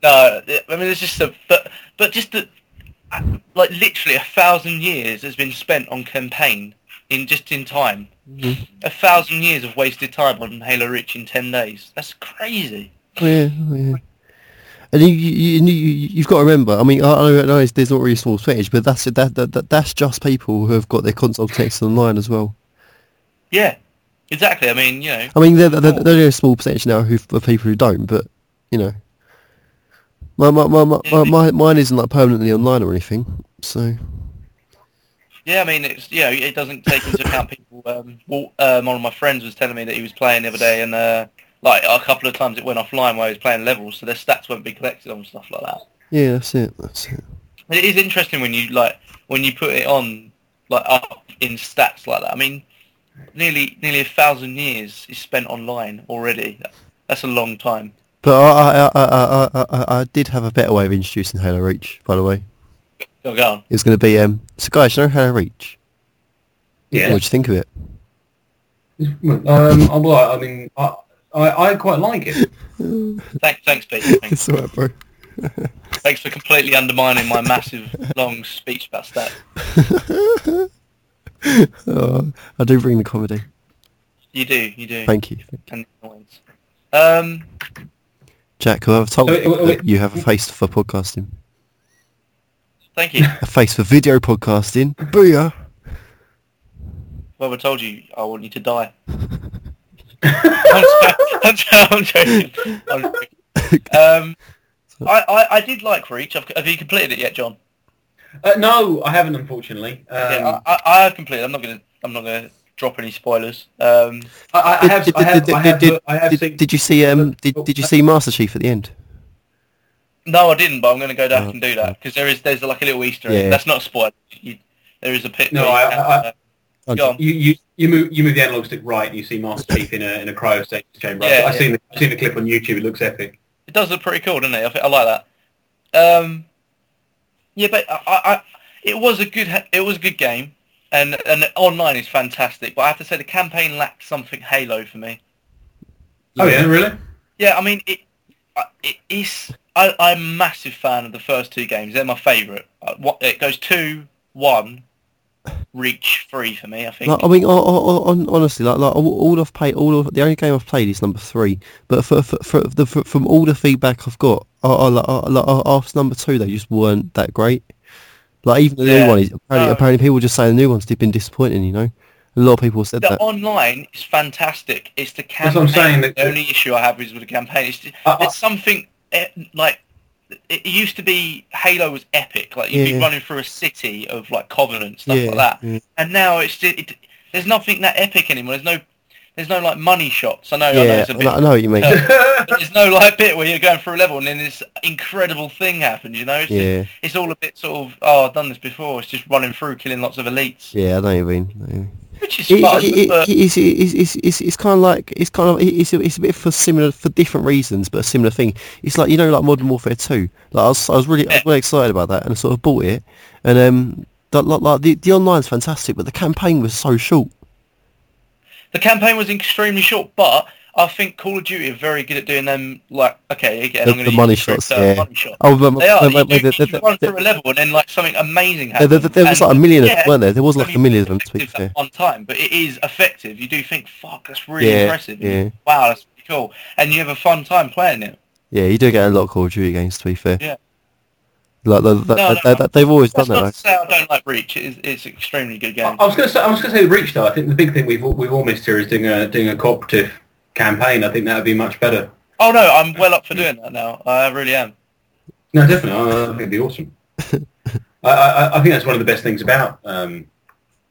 [SPEAKER 3] no, I mean it's just a but, but just the like literally a thousand years has been spent on campaign in just in time. A thousand years of wasted time on Halo Reach in ten days. That's crazy.
[SPEAKER 5] Oh, yeah, yeah. And you, you, you, you, you've got to remember. I mean, I, I know it's, there's not really a small percentage, but that's that, that, that that's just people who have got their consoles connected online as well.
[SPEAKER 3] Yeah, exactly. I mean, you know,
[SPEAKER 5] I mean, there, there, there, are a small percentage now who, of people who don't, but you know, my my, my, my, my, my mine isn't like permanently online or anything. So
[SPEAKER 3] yeah. I mean, it's you know, it doesn't take into account people. Um, Walt, um, one of my friends was telling me that he was playing the other day, and uh, like a couple of times it went offline while he was playing levels, so their stats won't be collected on stuff like that.
[SPEAKER 5] yeah, that's it. That's it.
[SPEAKER 3] It is interesting when you like when you put it on like up in stats like that. I mean, nearly nearly a thousand years is spent online already. That's a long time.
[SPEAKER 5] But I I, I, I, I, I I did have a better way of introducing Halo Reach, by the way.
[SPEAKER 3] Go go on.
[SPEAKER 5] It was going to be um. So guys, you know Halo Reach.
[SPEAKER 2] Yeah.
[SPEAKER 5] What do you think of it?
[SPEAKER 2] Um, I- well, I mean, I, I, I quite like it.
[SPEAKER 3] Thanks, thanks, Pete. Thanks,
[SPEAKER 5] It's alright, bro.
[SPEAKER 3] thanks for completely undermining my massive long speech about stats.
[SPEAKER 5] Oh, I do bring the comedy.
[SPEAKER 3] You do, you do.
[SPEAKER 5] Thank you,
[SPEAKER 3] And the annoyance. Um,
[SPEAKER 5] Jack. Who I've told
[SPEAKER 2] Wait,
[SPEAKER 5] you
[SPEAKER 2] Oh, wait, wait.
[SPEAKER 5] that you have a face for podcasting,
[SPEAKER 3] thank you.
[SPEAKER 5] a face for video podcasting. Booyah!
[SPEAKER 3] Well, I told you I want you to die. I'm, joking. I'm, joking. I'm joking. I'm joking. Um, I, I, I did like Reach. I've, have you completed it yet, John?
[SPEAKER 2] Uh, no, I haven't, unfortunately. Um,
[SPEAKER 3] yeah, I, I, I have completed. I'm not gonna. I'm not gonna drop any spoilers. Um,
[SPEAKER 2] I, I, I have, I have, I have, I have seen.
[SPEAKER 5] Did
[SPEAKER 2] oh,
[SPEAKER 5] did you see um? Did did you see Master Chief at the end?
[SPEAKER 3] no, I didn't. But I'm gonna go back and do that because there is there's like a little Easter egg.
[SPEAKER 5] Yeah.
[SPEAKER 3] That's not a spoiler. You, there is a pit.
[SPEAKER 2] No,
[SPEAKER 3] where you
[SPEAKER 2] I-
[SPEAKER 3] can,
[SPEAKER 2] I-
[SPEAKER 3] uh, Go on.
[SPEAKER 2] You, you, you move you move the analog stick right, and you see Master Chief in a in a cryostasis chamber.
[SPEAKER 3] Yeah,
[SPEAKER 2] I've
[SPEAKER 3] yeah.
[SPEAKER 2] seen the, I've seen the clip on YouTube. It looks epic.
[SPEAKER 3] It does look pretty cool, doesn't it? I, think, I like that. Um, yeah, but I, I, I- it was a good, ha- it was a good game, and and online is fantastic. But I have to say the campaign lacked something Halo for me.
[SPEAKER 2] Oh yeah, really?
[SPEAKER 3] Yeah, I mean it. I- It is. I, I'm a massive fan of the first two games. They're my favourite. Uh, What it goes two, one, Reach, three for me. I think.
[SPEAKER 5] Like, I mean, on, on, honestly, like, like all all I've played, all of the only game I've played is number three. But for, for, for the for, from all the feedback I've got, I, I, like- I, like, I- after number two, they just weren't that great. Like even the
[SPEAKER 3] Yeah.
[SPEAKER 5] new one, is, apparently,
[SPEAKER 3] No.
[SPEAKER 5] apparently people just say the new one's been disappointing. You know, a lot of people said
[SPEAKER 3] the
[SPEAKER 5] that.
[SPEAKER 3] online is fantastic. It's the campaign.
[SPEAKER 2] That's what I'm saying, that-
[SPEAKER 3] the only issue I have is with the campaign. It's,
[SPEAKER 2] I-
[SPEAKER 3] it's something eh, like it used to be. Halo was epic. Like you'd
[SPEAKER 5] Yeah.
[SPEAKER 3] be running through a city of like Covenant stuff
[SPEAKER 5] Yeah,
[SPEAKER 3] like that.
[SPEAKER 5] yeah.
[SPEAKER 3] And now it's just, it, there's nothing that epic anymore. There's no there's no like money shots. I know. I know
[SPEAKER 5] yeah,
[SPEAKER 3] it's
[SPEAKER 5] I
[SPEAKER 3] a
[SPEAKER 5] know,
[SPEAKER 3] bit.
[SPEAKER 5] I know what you mean.
[SPEAKER 3] There's no like bit where you're going through a level and then this incredible thing happens. You know. It's,
[SPEAKER 5] Yeah.
[SPEAKER 3] it's all a bit sort of oh I've done this before. It's just running through killing lots of elites,
[SPEAKER 5] yeah, I know what you mean. I know what you mean.
[SPEAKER 3] which is
[SPEAKER 5] It-
[SPEAKER 3] fun.
[SPEAKER 5] it- it-
[SPEAKER 3] but,
[SPEAKER 5] it's, it's, it's, it's, it's kind of like it's kind of it's, it's a bit for similar for different reasons but a similar thing it's like you know like modern warfare 2 like i was, I was really I was really excited about that and I sort of bought it and um that, like, like the, the online's fantastic but the campaign was so short
[SPEAKER 3] The campaign was extremely short, but I think Call of Duty are very good at doing them. Like, okay, again,
[SPEAKER 5] the,
[SPEAKER 3] I'm going
[SPEAKER 5] the
[SPEAKER 3] to
[SPEAKER 5] money shots yeah
[SPEAKER 3] Money shots.
[SPEAKER 5] oh but,
[SPEAKER 3] They are.
[SPEAKER 5] but-
[SPEAKER 3] you
[SPEAKER 5] but-
[SPEAKER 3] do-
[SPEAKER 5] but-
[SPEAKER 3] you
[SPEAKER 5] but-
[SPEAKER 3] run
[SPEAKER 5] but-
[SPEAKER 3] through a level and then like something amazing
[SPEAKER 5] there,
[SPEAKER 3] happens.
[SPEAKER 5] there, there was
[SPEAKER 3] and-
[SPEAKER 5] like a million of
[SPEAKER 3] yeah,
[SPEAKER 5] them, weren't there? There was like a
[SPEAKER 3] only
[SPEAKER 5] million of them, to be
[SPEAKER 3] effective
[SPEAKER 5] fair.
[SPEAKER 3] at one time, but it is effective. You do think, fuck, that's really
[SPEAKER 5] Yeah,
[SPEAKER 3] impressive.
[SPEAKER 5] yeah.
[SPEAKER 3] Wow, that's pretty cool, and you have a fun time playing it.
[SPEAKER 5] Yeah, you do get a lot of Call of Duty games, to be fair.
[SPEAKER 3] Yeah.
[SPEAKER 5] Like, the, the,
[SPEAKER 3] No, no,
[SPEAKER 5] they-
[SPEAKER 3] no.
[SPEAKER 5] they've always done
[SPEAKER 3] That's
[SPEAKER 5] that.
[SPEAKER 3] not
[SPEAKER 5] Like,
[SPEAKER 3] to say I don't like Reach. It is, it's an extremely good
[SPEAKER 2] I,
[SPEAKER 3] game.
[SPEAKER 2] I was going to say I was going to say with Reach though. I think the big thing we've all- we've all missed here is doing a doing a cooperative campaign. I think that would be much better.
[SPEAKER 3] Oh no, I'm well up for doing that now. I really am.
[SPEAKER 2] No, definitely. I, I think it'd be awesome. I, I, I think that's one of the best things about um,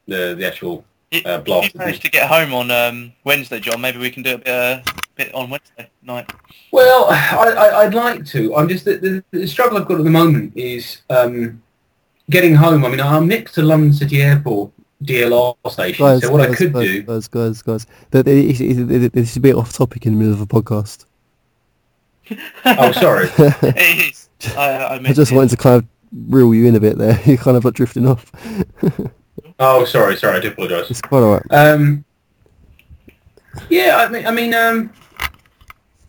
[SPEAKER 2] the the actual
[SPEAKER 3] It-
[SPEAKER 2] uh,
[SPEAKER 3] If
[SPEAKER 2] blast.
[SPEAKER 3] you
[SPEAKER 2] isn't it?
[SPEAKER 3] manage to get home on um, Wednesday, John, maybe we can do a bit, uh, bit on Wednesday night.
[SPEAKER 2] Well, I, I, I'd like to. I'm just the, the, the struggle I've got at the moment is um, getting home. I mean, I'm next to London City Airport DLR station,
[SPEAKER 5] guys,
[SPEAKER 2] so what I
[SPEAKER 5] guys,
[SPEAKER 2] could
[SPEAKER 5] guys,
[SPEAKER 2] do.
[SPEAKER 5] guys, guys, guys. That is, is, is, this is a bit off topic in the middle of a podcast.
[SPEAKER 2] Oh, sorry.
[SPEAKER 3] it is. I, I,
[SPEAKER 5] I just wanted to kind of reel you in a bit there. You're kind of like drifting off.
[SPEAKER 2] oh, sorry. Sorry. I do apologise.
[SPEAKER 5] it's quite alright.
[SPEAKER 2] Um, yeah, I mean, I mean, um,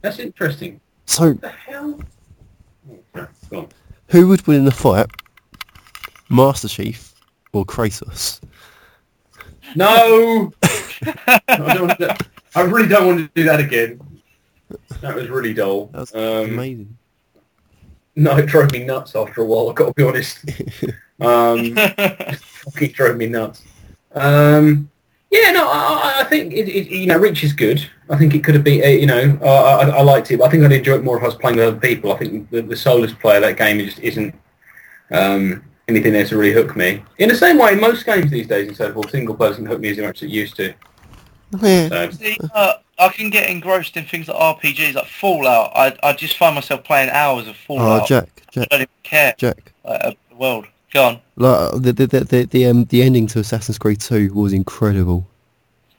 [SPEAKER 2] that's interesting.
[SPEAKER 5] So,
[SPEAKER 2] The hell? Oh, sorry, go on.
[SPEAKER 5] who would win in a fight, Master Chief or Kratos?
[SPEAKER 2] No. I, don't want to, I really don't want to do that again. That was really dull.
[SPEAKER 5] That's
[SPEAKER 2] Um,
[SPEAKER 5] amazing.
[SPEAKER 2] No, it drove me nuts after a while. I've got to be honest. um, fucking drove me nuts. Um, yeah, no, I, I- I think it, it, you know, Rich is good. I think it could have been, uh, you know, I, I, I liked it, but I think I'd enjoy it more if I was playing with other people. I think the, the soulless player of that game just isn't um, anything there to really hook me. In the same way, most games these days and so forth, single player doesn't hook me as much as it used to.
[SPEAKER 5] Yeah.
[SPEAKER 2] So.
[SPEAKER 3] See, uh, I can get engrossed in things like RPGs, like Fallout. I, I just find myself playing hours of Fallout.
[SPEAKER 5] Oh,
[SPEAKER 2] Uh,
[SPEAKER 5] Jack, Jack,
[SPEAKER 3] I don't even care
[SPEAKER 5] Jack.
[SPEAKER 3] like, about the world. Go on.
[SPEAKER 5] Like uh, the the the the, the, um, the ending to Assassin's Creed 2 was incredible.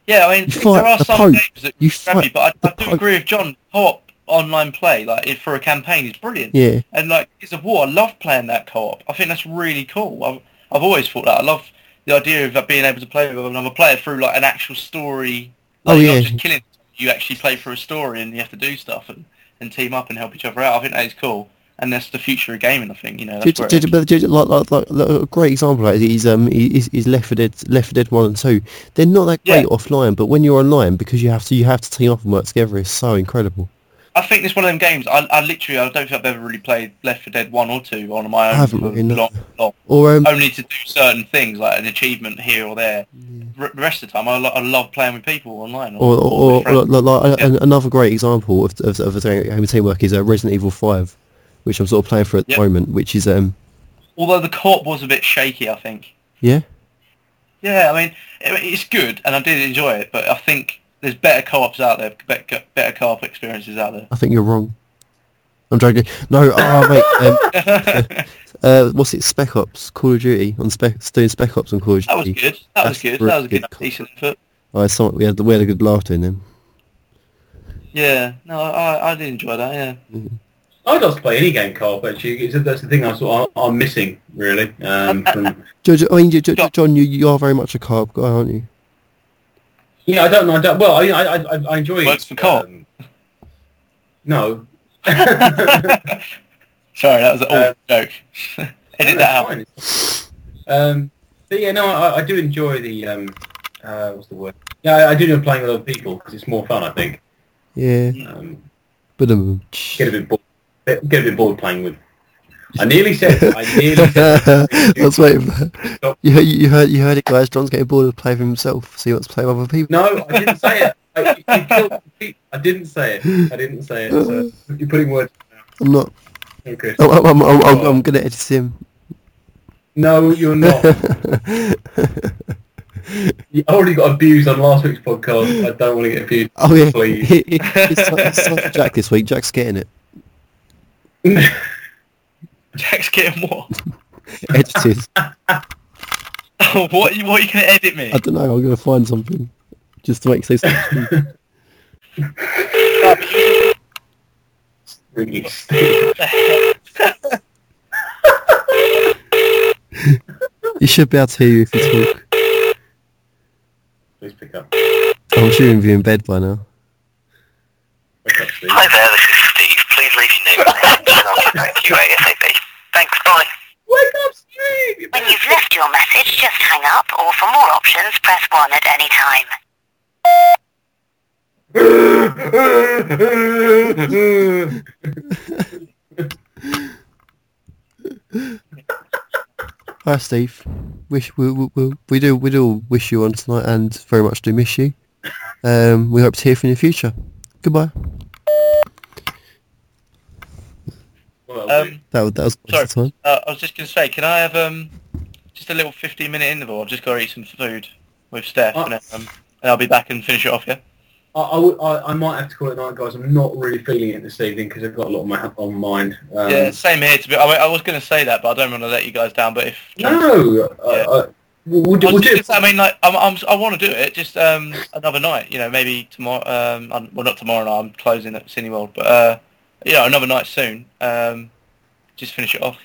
[SPEAKER 3] Yeah, I mean,
[SPEAKER 5] You fight
[SPEAKER 3] there are
[SPEAKER 5] the
[SPEAKER 3] some
[SPEAKER 5] Pope.
[SPEAKER 3] games that
[SPEAKER 5] You
[SPEAKER 3] grab me,
[SPEAKER 5] fight
[SPEAKER 3] but I,
[SPEAKER 5] the
[SPEAKER 3] I do
[SPEAKER 5] Pope.
[SPEAKER 3] agree with John. Co-op online play, like if for a campaign, is brilliant.
[SPEAKER 5] Yeah.
[SPEAKER 3] And like Gears of War, I love playing that co-op. I think that's really cool. I've, I've always thought that. I love the idea of uh, being able to play with another player through like an actual story.
[SPEAKER 5] Oh,
[SPEAKER 3] Like, you're
[SPEAKER 5] yeah.
[SPEAKER 3] Not just killing. You actually play through a story and you have to do stuff and, and team up and help each other out. I think that is cool. And that's the future of gaming. I think you know.
[SPEAKER 5] Ju-
[SPEAKER 3] That's
[SPEAKER 5] ju-
[SPEAKER 3] where
[SPEAKER 5] ju-
[SPEAKER 3] it
[SPEAKER 5] ju- but ju- ju- like, like, like, like, a great example like is um is, is Left 4 Dead Left 4 Dead One and Two. They're not that great
[SPEAKER 3] Yeah.
[SPEAKER 5] offline, but when you're online because you have to you have to team up and work together is so incredible.
[SPEAKER 3] I think it's one of them games. I, I literally, I don't think I've ever really played Left 4 Dead one or two on my own.
[SPEAKER 5] haven't
[SPEAKER 3] for
[SPEAKER 5] really, no.
[SPEAKER 3] long, long.
[SPEAKER 5] Or um
[SPEAKER 3] Only to do certain things, like an achievement here or there. R- the rest of the time, I, lo- I love playing with people online.
[SPEAKER 5] or
[SPEAKER 3] with
[SPEAKER 5] or, or,
[SPEAKER 3] friends.
[SPEAKER 5] like, like,
[SPEAKER 3] Oh, Yeah.
[SPEAKER 5] an- another great example of of, of a thing- game of teamwork is uh, Resident Evil Five, which I'm sort of playing for at
[SPEAKER 3] Yeah.
[SPEAKER 5] the moment, which is um
[SPEAKER 3] Although the co-op was a bit shaky, I think.
[SPEAKER 5] yeah
[SPEAKER 3] Yeah, I mean, it, it's good, and I did enjoy it, but I think there's better co-ops out there, better, better co-op experiences out there.
[SPEAKER 5] I think you're wrong. I'm joking. No, oh, mate. Um, uh, what's it? Spec Ops, Call of Duty on Spec, doing Spec Ops on Call of Duty.
[SPEAKER 3] That was good. That was
[SPEAKER 5] That's
[SPEAKER 3] good.
[SPEAKER 5] really
[SPEAKER 3] That was a good,
[SPEAKER 5] con-
[SPEAKER 3] decent input.
[SPEAKER 5] Oh, it's something- we had we had a good laugh doing them.
[SPEAKER 3] Yeah. No, I I did enjoy that. Yeah.
[SPEAKER 2] I'd like to play any game, Carl, but you, it's- that's the thing I sort of, I'm missing, really. Um, from,
[SPEAKER 5] Jo- Jo- I mean, Jo- Jo- Jo- John, you, you are very much a carb guy, aren't you?
[SPEAKER 2] yeah, I don't know. I don't, well, I, I, I, I enjoy...
[SPEAKER 3] Works for Carl.
[SPEAKER 2] um, no.
[SPEAKER 3] Sorry, that was an old
[SPEAKER 2] Uh,
[SPEAKER 3] joke. Edit that out.
[SPEAKER 2] No, it's fine. Um, but yeah, no, I, I do enjoy the... Um, uh, what's the word? Yeah, I, I do enjoy playing with other people because it's more fun, I think.
[SPEAKER 5] Yeah,
[SPEAKER 2] Um,
[SPEAKER 5] but um,
[SPEAKER 2] get a bit bored. Get a bit bored playing with. I nearly said. I nearly said.
[SPEAKER 5] that's waiting for that. You, heard- you heard you heard it, guys. John's getting bored of playing for himself, so he wants to play with other people.
[SPEAKER 2] No, I didn't say it. I, you- you killed me. I didn't say it. I didn't say it. So you're putting words.
[SPEAKER 5] I'm not.
[SPEAKER 2] in my mouth, Chris.
[SPEAKER 5] I'm I'm, I'm, I'm, I'm, I'm gonna edit him.
[SPEAKER 2] No, you're not. You already got abused on last week's podcast. I don't want to get abused.
[SPEAKER 5] Oh yeah,
[SPEAKER 2] Please.
[SPEAKER 5] it's, like, it's like Jack this week. Jack's getting it
[SPEAKER 3] Jack's getting what?
[SPEAKER 5] edited.
[SPEAKER 3] what? What are you gonna edit me?
[SPEAKER 5] I don't know. I'm gonna find something just to make say something.
[SPEAKER 2] Really stupid.
[SPEAKER 5] you should be able to hear you if you talk.
[SPEAKER 2] Please pick up.
[SPEAKER 5] I'm assuming you're in bed by now.
[SPEAKER 2] Pick up, please.
[SPEAKER 6] Hi there, this is Steve. Please leave your name and I'll get back to you ASAP. Thanks, bye.
[SPEAKER 2] Wake up, Steve.
[SPEAKER 12] When you've left your message, just hang up, or for more options, press 1 at any time.
[SPEAKER 5] Hi, Steve. Wish we, we, we, we do we do wish you on tonight, and very much do miss you. Um, we hope to hear from you in the future. Goodbye.
[SPEAKER 2] Well,
[SPEAKER 3] Um,
[SPEAKER 5] That was that was a waste of
[SPEAKER 3] Sorry.
[SPEAKER 5] time.
[SPEAKER 3] uh, I was just gonna say, can I have um just a little 15 minute interval? I've just got to eat some food with Steph,
[SPEAKER 2] Oh.
[SPEAKER 3] and, um, and I'll be back and finish it off. Yeah.
[SPEAKER 2] I, I, would- I, I might have to call it night, guys. I'm not really feeling it this evening because I've got a lot on my on mind. Um,
[SPEAKER 3] yeah. Same here. To be, I, wa- I was gonna say that, but I don't want to let you guys down. But if
[SPEAKER 2] No, uh, uh, we'll, we'll do,
[SPEAKER 3] I,
[SPEAKER 2] we'll
[SPEAKER 3] was
[SPEAKER 2] do
[SPEAKER 3] just,
[SPEAKER 2] it.
[SPEAKER 3] I mean, like, I'm, I'm, I want to do it. Just um, another night, you know, maybe tomorrow. Um, I'm- well, not tomorrow night. I'm closing at Cineworld, but uh, you know, another night soon. Um, just finish it off.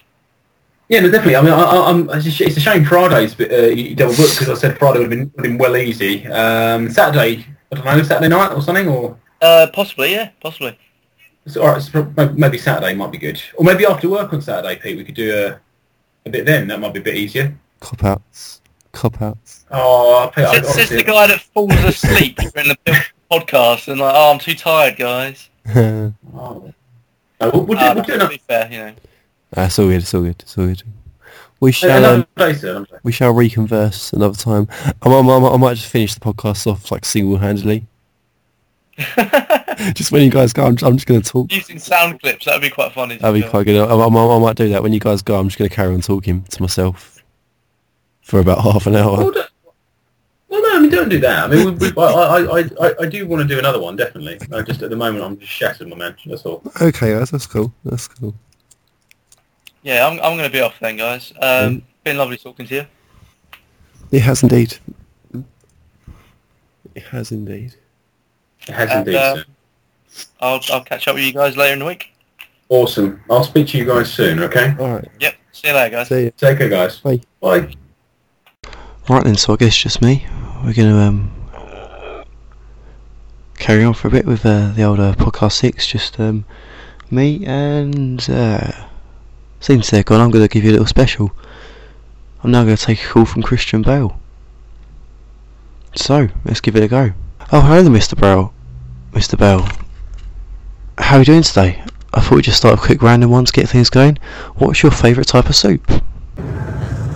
[SPEAKER 2] Yeah, no, definitely. I mean, I, I, I'm, it's a sh- it's a shame Friday's uh, you double booked because I said Friday would have been, would have been well easy. Um, Saturday, I don't know, Saturday night or something, or
[SPEAKER 3] Uh, possibly, yeah, possibly.
[SPEAKER 2] it's all right, it's prob- may- maybe Saturday might be good, or maybe after work on Saturday, Pete, we could do a, a bit then. That might be a bit easier.
[SPEAKER 5] Cop outs. Cop outs.
[SPEAKER 2] Oh, Pete, I,
[SPEAKER 3] This this is
[SPEAKER 2] honestly,
[SPEAKER 3] the guy that falls asleep during the podcast and like, oh, I'm too tired, guys.
[SPEAKER 5] That's
[SPEAKER 2] oh. No, we'll, we'll do,
[SPEAKER 3] Uh,
[SPEAKER 2] we'll do
[SPEAKER 3] to
[SPEAKER 2] another,
[SPEAKER 3] be fair, you know.
[SPEAKER 5] all good. It's all good. It's all good. We
[SPEAKER 3] Ah,
[SPEAKER 5] shall um,
[SPEAKER 2] another day, sir. I'm sorry.
[SPEAKER 5] we shall reconverse another time. I, might- I, might- I might just finish the podcast off like single handedly. just when you guys go, I'm, I'm just going to talk.
[SPEAKER 3] Using sound clips, that would be quite funny. to
[SPEAKER 5] That'd be
[SPEAKER 3] do.
[SPEAKER 5] quite good. I, I, I might do that when you guys go. I'm just going to carry on talking to myself for about half an
[SPEAKER 2] Well,
[SPEAKER 5] hour.
[SPEAKER 2] do- well, no, I mean, don't do that. I mean, we, we, I, I, I, I, I do want to do another one, definitely. I just at the moment, I'm just shattered, my man. That's all.
[SPEAKER 5] Okay, that's, that's cool. That's cool.
[SPEAKER 3] Yeah, I'm, I'm going to be off then, guys.
[SPEAKER 5] Mm.
[SPEAKER 3] Um, been lovely talking to you.
[SPEAKER 5] It has indeed. It has indeed.
[SPEAKER 2] It has
[SPEAKER 3] And,
[SPEAKER 2] indeed,
[SPEAKER 3] uh,
[SPEAKER 2] sir.
[SPEAKER 3] I'll, I'll catch up with you guys later in the week.
[SPEAKER 2] Awesome. I'll speak to you guys soon, okay?
[SPEAKER 5] All right.
[SPEAKER 3] Yep. See you later, guys.
[SPEAKER 5] See you.
[SPEAKER 2] Take care, guys.
[SPEAKER 5] Bye.
[SPEAKER 2] Bye.
[SPEAKER 13] Right then, so I guess just me. We're going to um, carry on for a bit with uh, the old uh, podcast six. Just um, me and uh, seems they're gone. I'm going to give you a little special. I'm now going to take a call from Christian Bale. So let's give it a go. Oh, hello, there, Mr. Bale. Mr. Bale, how are you doing today? I thought we'd just start a quick random one to get things going. What's your favourite type of soup?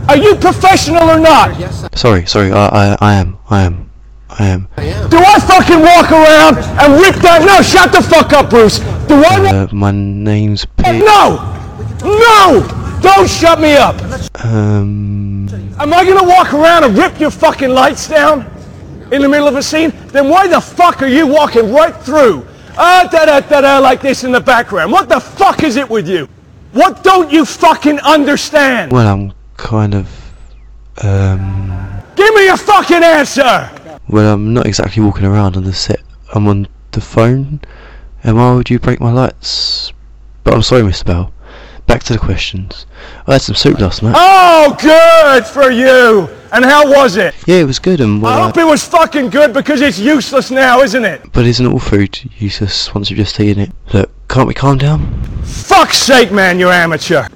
[SPEAKER 7] Are you professional or not?
[SPEAKER 13] Sorry, sorry, I, I, I am, I am, I am.
[SPEAKER 7] Do I fucking walk around and rip that? No, shut the fuck up, Bruce. Do I?
[SPEAKER 13] Uh, my name's Pete.
[SPEAKER 7] No! No! Don't shut me up!
[SPEAKER 13] Um,
[SPEAKER 7] Am I gonna walk around and rip your fucking lights down in the middle of a scene? Then why the fuck are you walking right through? Ah, da da da da, like this in the background. What the fuck is it with you?
[SPEAKER 14] What don't you fucking understand?
[SPEAKER 15] Well, I'm kind of. Um,
[SPEAKER 14] Give me a fucking answer!
[SPEAKER 15] well, I'm not exactly walking around on the set. I'm on the phone. And why would you break my lights? But I'm sorry, Mr. Bell. Back to the questions. I had some soup last night.
[SPEAKER 14] Oh, good for you! And how was it?
[SPEAKER 15] Yeah, it was good. And well,
[SPEAKER 5] uh,
[SPEAKER 14] I hope it was fucking good because it's useless now, isn't it?
[SPEAKER 15] But isn't all food useless once you've just eaten it? Look, can't we calm down?
[SPEAKER 14] Fuck's sake, man, you're amateur.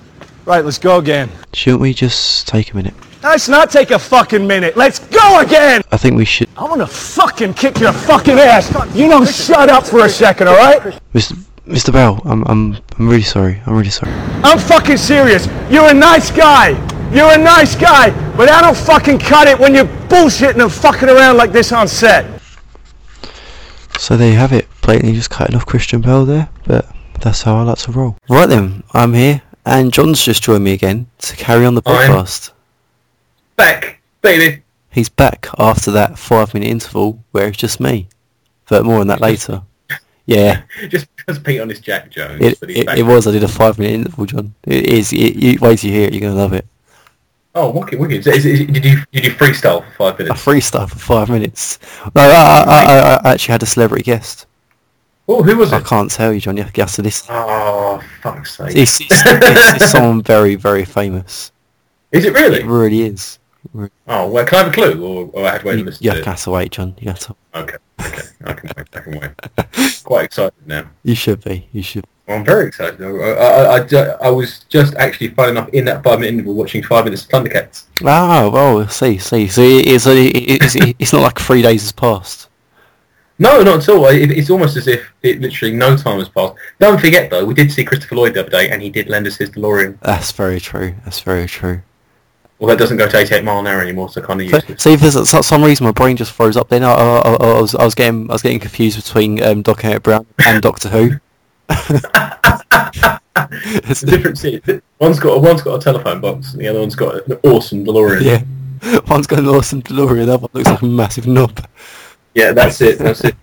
[SPEAKER 14] Right, let's go again.
[SPEAKER 15] Shouldn't we just take a minute?
[SPEAKER 14] Let's not take a fucking minute. Let's go again!
[SPEAKER 15] I think we should.
[SPEAKER 14] I wanna fucking kick your fucking ass. You know, shut up for a second, alright?
[SPEAKER 15] Mr. Mr. Bell, I'm, I'm, I'm really sorry. I'm really sorry.
[SPEAKER 14] I'm fucking serious. You're a nice guy. You're a nice guy, but I don't fucking cut it when you're bullshitting and fucking around like this on set.
[SPEAKER 15] So there you have it. Blatantly just cutting off Christian Bell there, but that's how I like to roll.
[SPEAKER 5] Right then, I'm here, and John's just joined me again to carry on the
[SPEAKER 2] I'm
[SPEAKER 5] podcast.
[SPEAKER 2] Back, baby.
[SPEAKER 5] He's back after that five-minute interval where it's just me, but more on that later. Yeah,
[SPEAKER 2] Just because Pete on his Jack Jones.
[SPEAKER 5] it,
[SPEAKER 2] but he's
[SPEAKER 5] it,
[SPEAKER 2] back.
[SPEAKER 5] it was. I did a five-minute interval, John. It is. It, you, wait till you hear it. You're gonna love it.
[SPEAKER 2] Oh, wicked, wicked. Is- is- did you did you freestyle for five
[SPEAKER 5] A
[SPEAKER 2] minutes?
[SPEAKER 5] freestyle for five minutes. No, I, I, I, I actually had a celebrity guest.
[SPEAKER 2] Oh, who was
[SPEAKER 5] I can't tell you, John. You have to guess to this.
[SPEAKER 2] Oh, fuck's sake.
[SPEAKER 5] It's, it's, it's, it's someone very, very famous.
[SPEAKER 2] Is it really?
[SPEAKER 5] It really is. Re-
[SPEAKER 2] Oh, well, can I have a clue, or, or I have to wait and
[SPEAKER 5] You,
[SPEAKER 2] listen
[SPEAKER 5] you
[SPEAKER 2] to
[SPEAKER 5] have
[SPEAKER 2] it?
[SPEAKER 5] to have to wait, John. You have to.
[SPEAKER 2] Okay, okay. I can wait. I can wait. Quite excited now.
[SPEAKER 5] You should be. You should.
[SPEAKER 2] Well, I'm very excited. I, I, I, ju- I was just actually, fun enough, in that five-minute interval watching five minutes of Thundercats.
[SPEAKER 5] Oh, well, see, see. So it- it's, it's, it's, it's not like three days has passed.
[SPEAKER 2] No, not at all. It, it's almost as if it, literally no time has passed. Don't forget, though, we did see Christopher Lloyd the other day, and he did lend us his DeLorean.
[SPEAKER 5] That's very true. That's very true.
[SPEAKER 2] Well, that doesn't go to 88 mile an hour anymore, so kind of
[SPEAKER 5] So,
[SPEAKER 2] useless.
[SPEAKER 5] see, for so- some reason my brain just froze up. Then I, I, I, I was, I was getting, I was getting confused between um, Doc Emmett Brown and Doctor Who.
[SPEAKER 2] The difference is, one's got, one's got a telephone box, and the other one's got an awesome DeLorean.
[SPEAKER 5] Yeah, one's got an awesome DeLorean, the other one looks like a massive knob.
[SPEAKER 2] Yeah, that's it. That's it.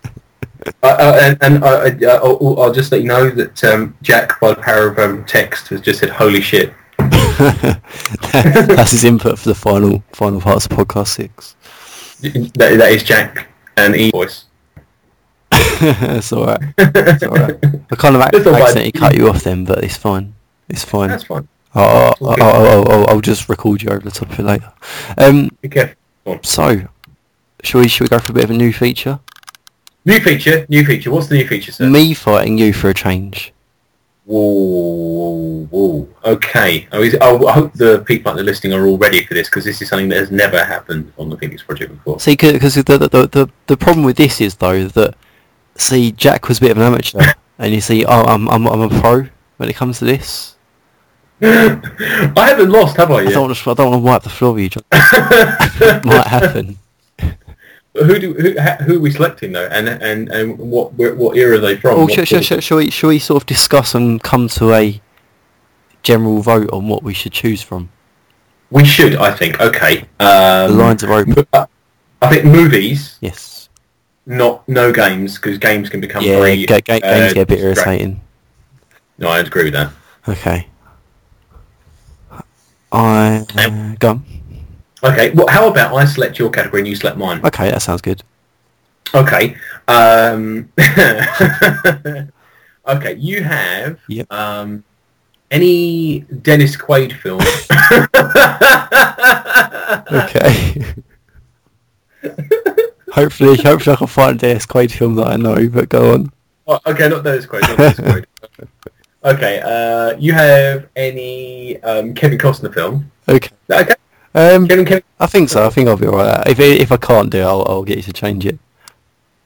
[SPEAKER 2] I, I, and and I, I, I'll, I'll just let you know that um, Jack, by the power of um, text, has just said, "Holy shit!"
[SPEAKER 5] That's his input for the final, final parts of podcast six.
[SPEAKER 2] That, that is Jack and E voice.
[SPEAKER 5] it's all right. It's all right. I kind of ac-
[SPEAKER 2] Just a vibe.
[SPEAKER 5] accidentally cut you off then, but it's fine. It's fine.
[SPEAKER 2] That's fine.
[SPEAKER 5] I'll, I'll, I'll, I'll- I'll, I'll just record you over the top of it later. Um,
[SPEAKER 2] Be careful.
[SPEAKER 5] so, should we, should we go for a bit of a new feature?
[SPEAKER 2] New feature. New feature. What's the new feature, sir?
[SPEAKER 5] Me fighting you for a change.
[SPEAKER 2] Whoa, whoa. Okay. Oh, I, was, I, I hope the people out there listening are all ready for this because this is something that has never happened on the Phoenix Project before.
[SPEAKER 5] See, because the, the, the, the problem with this is, though, that, see, Jack was a bit of an amateur, and you see, oh, I'm, I'm, I'm a pro when it comes to this.
[SPEAKER 2] I haven't lost, have I?
[SPEAKER 5] I
[SPEAKER 2] Yet?
[SPEAKER 5] don't want to, I don't want to wipe the floor with you, John. Might happen.
[SPEAKER 2] Who do who, ha- who are we selecting though, and and and what where- what era are they from?
[SPEAKER 5] Well,
[SPEAKER 2] What
[SPEAKER 5] Oh, shall, shall, shall, shall, we, shall we sort of discuss and come to a general vote on what we should choose from?
[SPEAKER 2] We should, I think. Okay.
[SPEAKER 5] The
[SPEAKER 2] Um,
[SPEAKER 5] lines are open.
[SPEAKER 2] I think movies,
[SPEAKER 5] Yes.
[SPEAKER 2] not no games, because games can become
[SPEAKER 5] Yeah,
[SPEAKER 2] very.
[SPEAKER 5] ga- ga- games
[SPEAKER 2] uh,
[SPEAKER 5] get a bit
[SPEAKER 2] distract-
[SPEAKER 5] irritating.
[SPEAKER 2] No, I agree with that.
[SPEAKER 5] Okay. I uh, gone.
[SPEAKER 2] Okay. Well, how about I select your category and you select mine?
[SPEAKER 5] Okay, that sounds good.
[SPEAKER 2] Okay. Um, okay. You have
[SPEAKER 5] Yep.
[SPEAKER 2] um, any Dennis Quaid film?
[SPEAKER 5] Okay. hopefully, hopefully I can find a DS Quaid film that I know. But go on.
[SPEAKER 2] Oh, okay, not Dennis Quaid. Not Dennis Quaid. Okay. Uh, you have any um, Kevin Costner film?
[SPEAKER 5] Okay.
[SPEAKER 2] Okay.
[SPEAKER 5] Um,
[SPEAKER 2] Kevin, Kevin.
[SPEAKER 5] I think so. I think I'll be alright. If if I can't do, it, I'll I'll get you to change it.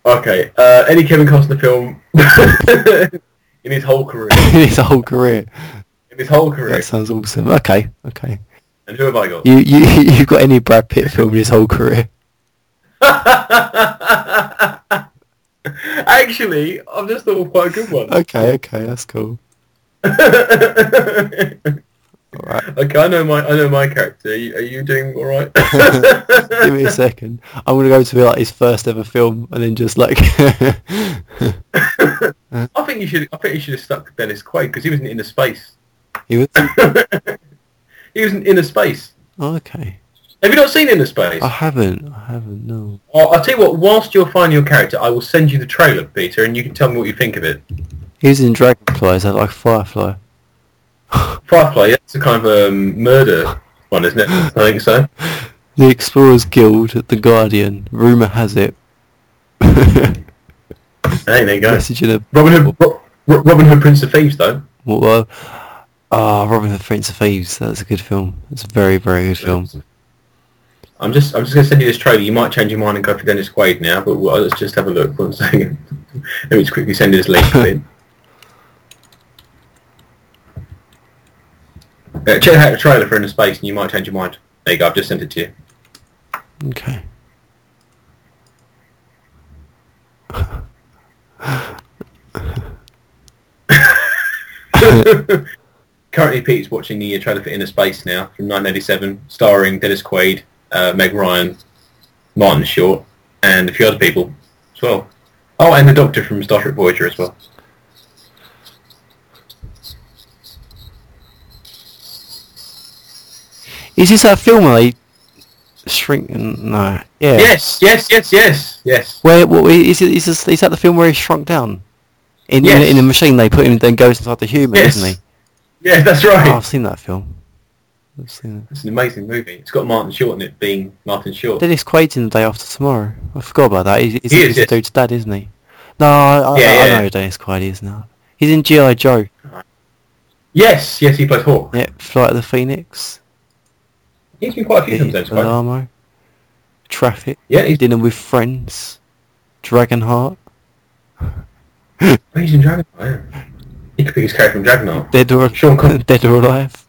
[SPEAKER 2] Okay. Uh, any Kevin Costner film in his whole career?
[SPEAKER 5] His whole career.
[SPEAKER 2] In his whole career.
[SPEAKER 5] That sounds awesome. Okay. Okay.
[SPEAKER 2] And who have I got?
[SPEAKER 5] You you you've got any Brad Pitt film in his whole career?
[SPEAKER 2] Actually, I've just thought of quite a good one.
[SPEAKER 5] Okay, okay, that's cool. Alright.
[SPEAKER 2] Okay, I know my I know my character. Are you, are you doing all right?
[SPEAKER 5] Give me a second. I'm gonna go to be like his first ever film and then just like
[SPEAKER 2] I think you should. I think you should have stuck with Dennis Quaid because he was in Inner Space.
[SPEAKER 5] He was.
[SPEAKER 2] He was in Inner Space.
[SPEAKER 5] Oh, okay.
[SPEAKER 2] Have you not seen Inner Space?
[SPEAKER 5] I haven't. I haven't. No.
[SPEAKER 2] Well, I'll tell you what, whilst you're finding your character, I will send you the trailer, Peter, and you can tell me what you think of it.
[SPEAKER 5] He was in Dragonflies. I like Firefly.
[SPEAKER 2] Firefly, that's a kind of um, murder one, isn't it? I think so.
[SPEAKER 5] The Explorers Guild, The Guardian. Rumor has it.
[SPEAKER 2] Hey, there you go.
[SPEAKER 5] Message in a
[SPEAKER 2] Robin Hood, Ro- Ro- Robin Hood, Prince of Thieves, though.
[SPEAKER 5] What? Well, ah, Robin Hood, Prince of Thieves. That's a good film. It's a very, very good film.
[SPEAKER 2] I'm just, I'm just going to send you this trailer. You might change your mind and go for Dennis Quaid now, but well, let's just have a look one second. Let me just quickly send you this link. in. Uh, check out the trailer for Inner Space, and you might change your mind. There you go. I've just sent it to you.
[SPEAKER 5] Okay.
[SPEAKER 2] Currently, Pete's watching the uh, trailer for Inner Space now from 1987, starring Dennis Quaid, uh, Meg Ryan, Martin Short, and a few other people as well. Oh, and the Doctor from Star Trek Voyager as well.
[SPEAKER 5] Is this that film where they shrink? No. Yeah.
[SPEAKER 2] Yes, yes, yes, yes, yes.
[SPEAKER 5] Where what is it? Is, this, is that the film where he's shrunk down? In, in,
[SPEAKER 2] Yes.
[SPEAKER 5] in the machine, they put him, then goes inside the human,
[SPEAKER 2] Yes.
[SPEAKER 5] isn't he?
[SPEAKER 2] Yeah, that's
[SPEAKER 5] Oh,
[SPEAKER 2] right.
[SPEAKER 5] I've seen that film. I've seen
[SPEAKER 2] It's an amazing movie. It's got Martin Short in it, being Martin
[SPEAKER 5] it.
[SPEAKER 2] Short.
[SPEAKER 5] Dennis Quaid's in the day after tomorrow. I forgot about that. He's, he's,
[SPEAKER 2] He is,
[SPEAKER 5] he's the
[SPEAKER 2] yeah.
[SPEAKER 5] dude's dad, isn't he? No, I,
[SPEAKER 2] Yeah,
[SPEAKER 5] I, I
[SPEAKER 2] yeah.
[SPEAKER 5] know who Dennis Quaid is now. He's in G.I. Joe.
[SPEAKER 2] Yes, yes, he plays Hawk.
[SPEAKER 5] Yep, Flight of the Phoenix.
[SPEAKER 2] He's been quite a few
[SPEAKER 5] Beat
[SPEAKER 2] times, Dennis Quaid.
[SPEAKER 5] Palermo. Traffic.
[SPEAKER 2] Yeah, he's-
[SPEAKER 5] Dinner with Friends. Dragonheart.
[SPEAKER 2] Oh, He's in Dragonheart. Yeah. He could be his character from Dragonheart.
[SPEAKER 5] Dead or,
[SPEAKER 2] Sean Connery.
[SPEAKER 5] dead or Alive.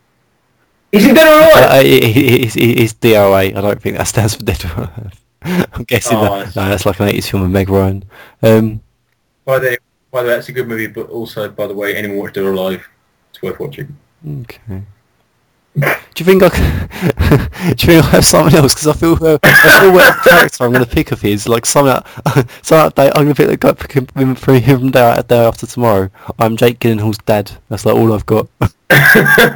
[SPEAKER 2] He's in Dead or Alive.
[SPEAKER 5] Uh, it- it- it's, it's DOA. I don't think that stands for Dead or Alive. I'm guessing
[SPEAKER 2] Oh,
[SPEAKER 5] that.
[SPEAKER 2] that's-
[SPEAKER 5] No, that's like an 80s film with Meg Ryan. Um,
[SPEAKER 2] By the by the way, that's a good movie, but also by the way, anyone watch Dead or Alive, it's worth watching.
[SPEAKER 5] okay. Do you think I c- do you think I have someone else? Because I feel uh, I feel what character I'm going to pick of his. Like some out, some out day, I'm going to pick the guy pick him- him from him from day, out- day after tomorrow. I'm Jake Gyllenhaal's dad. That's like all I've got.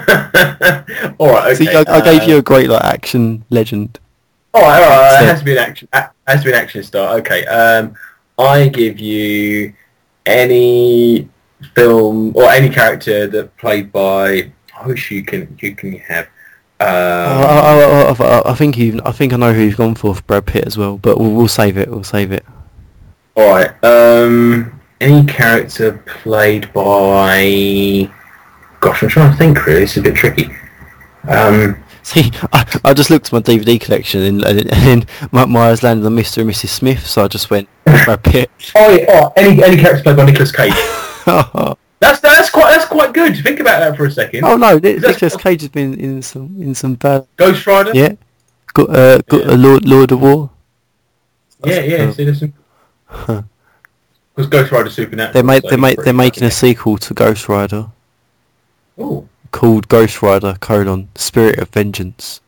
[SPEAKER 2] All right, okay.
[SPEAKER 5] See, I, I
[SPEAKER 2] uh,
[SPEAKER 5] gave you a great like action legend.
[SPEAKER 2] All right, all right.
[SPEAKER 5] So-
[SPEAKER 2] It has to be an action. a- Has to be an action star. Okay. Um, I give you any film or any character that played by. I wish you can you can have.
[SPEAKER 5] Uh,
[SPEAKER 2] Um,
[SPEAKER 5] I, I, I, I, I think you. I think I know who you've gone for for Brad Pitt as well. But we'll, we'll save it. We'll save it.
[SPEAKER 2] all right. Um, any character played by. Gosh, I'm trying to think. Really, it's a bit tricky. Um,
[SPEAKER 5] See, I, I just looked at my DVD collection and, and, and my, my eyes landed on Mr. and Mrs. Smith, so I just went Brad Pitt.
[SPEAKER 2] oh, yeah, oh, any any character played by Nicolas Cage. That's that's quite that's quite good. Think about that for a second.
[SPEAKER 5] Oh no, Nic- Nicolas Cage has been in some in some bad.
[SPEAKER 2] Ghost Rider.
[SPEAKER 5] Yeah, got uh, got uh, Lord Lord of War.
[SPEAKER 2] Yeah, yeah, see this
[SPEAKER 5] Huh.
[SPEAKER 2] Because Ghost Rider Supernatural.
[SPEAKER 5] They make
[SPEAKER 2] so
[SPEAKER 5] they
[SPEAKER 2] it's
[SPEAKER 5] make
[SPEAKER 2] pretty
[SPEAKER 5] they're making a sequel to Ghost Rider
[SPEAKER 2] cool.
[SPEAKER 5] called Ghost Rider: colon, Spirit of Vengeance.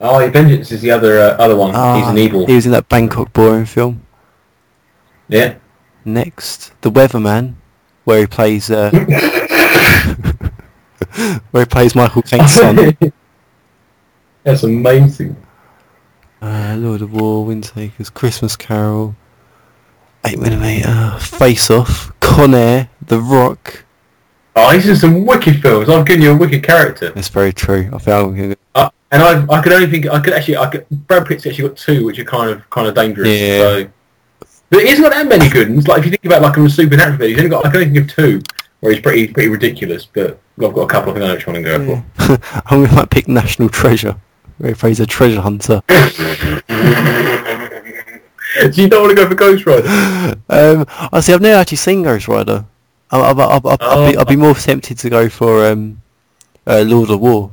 [SPEAKER 2] Oh, yeah, Vengeance is the other uh, other one. He's an evil.
[SPEAKER 5] Ah, He was in that Bangkok Boring film.
[SPEAKER 2] Yeah.
[SPEAKER 5] Next, The Weatherman, where he plays uh, where he plays Michael Caine's son.
[SPEAKER 2] That's amazing.
[SPEAKER 5] Uh, Lord of War, Windtaker's Christmas Carol, Eight Millimeter, Face Off, Con Air, The Rock.
[SPEAKER 2] Oh, he's in some wicked films. I've given you a wicked character.
[SPEAKER 5] That's very true. I think I'm gonna,
[SPEAKER 2] Uh, and I I could only think I could actually I could Brad Pitt's actually got two which are kind of kind of dangerous.
[SPEAKER 5] Yeah.
[SPEAKER 2] So there isn't got that many good ones. Like if you think about like a supernatural, he's only got I can only think of two where he's pretty pretty ridiculous. But I've got a couple. I think I know which one to go for.
[SPEAKER 5] I'm gonna like, pick National Treasure, where he plays a treasure hunter.
[SPEAKER 2] So you don't want to go for Ghost Rider.
[SPEAKER 5] um, I see. I've never actually seen Ghost Rider. I, I, I, I, I'd, be, I'd be more tempted to go for um, uh, Lord of War.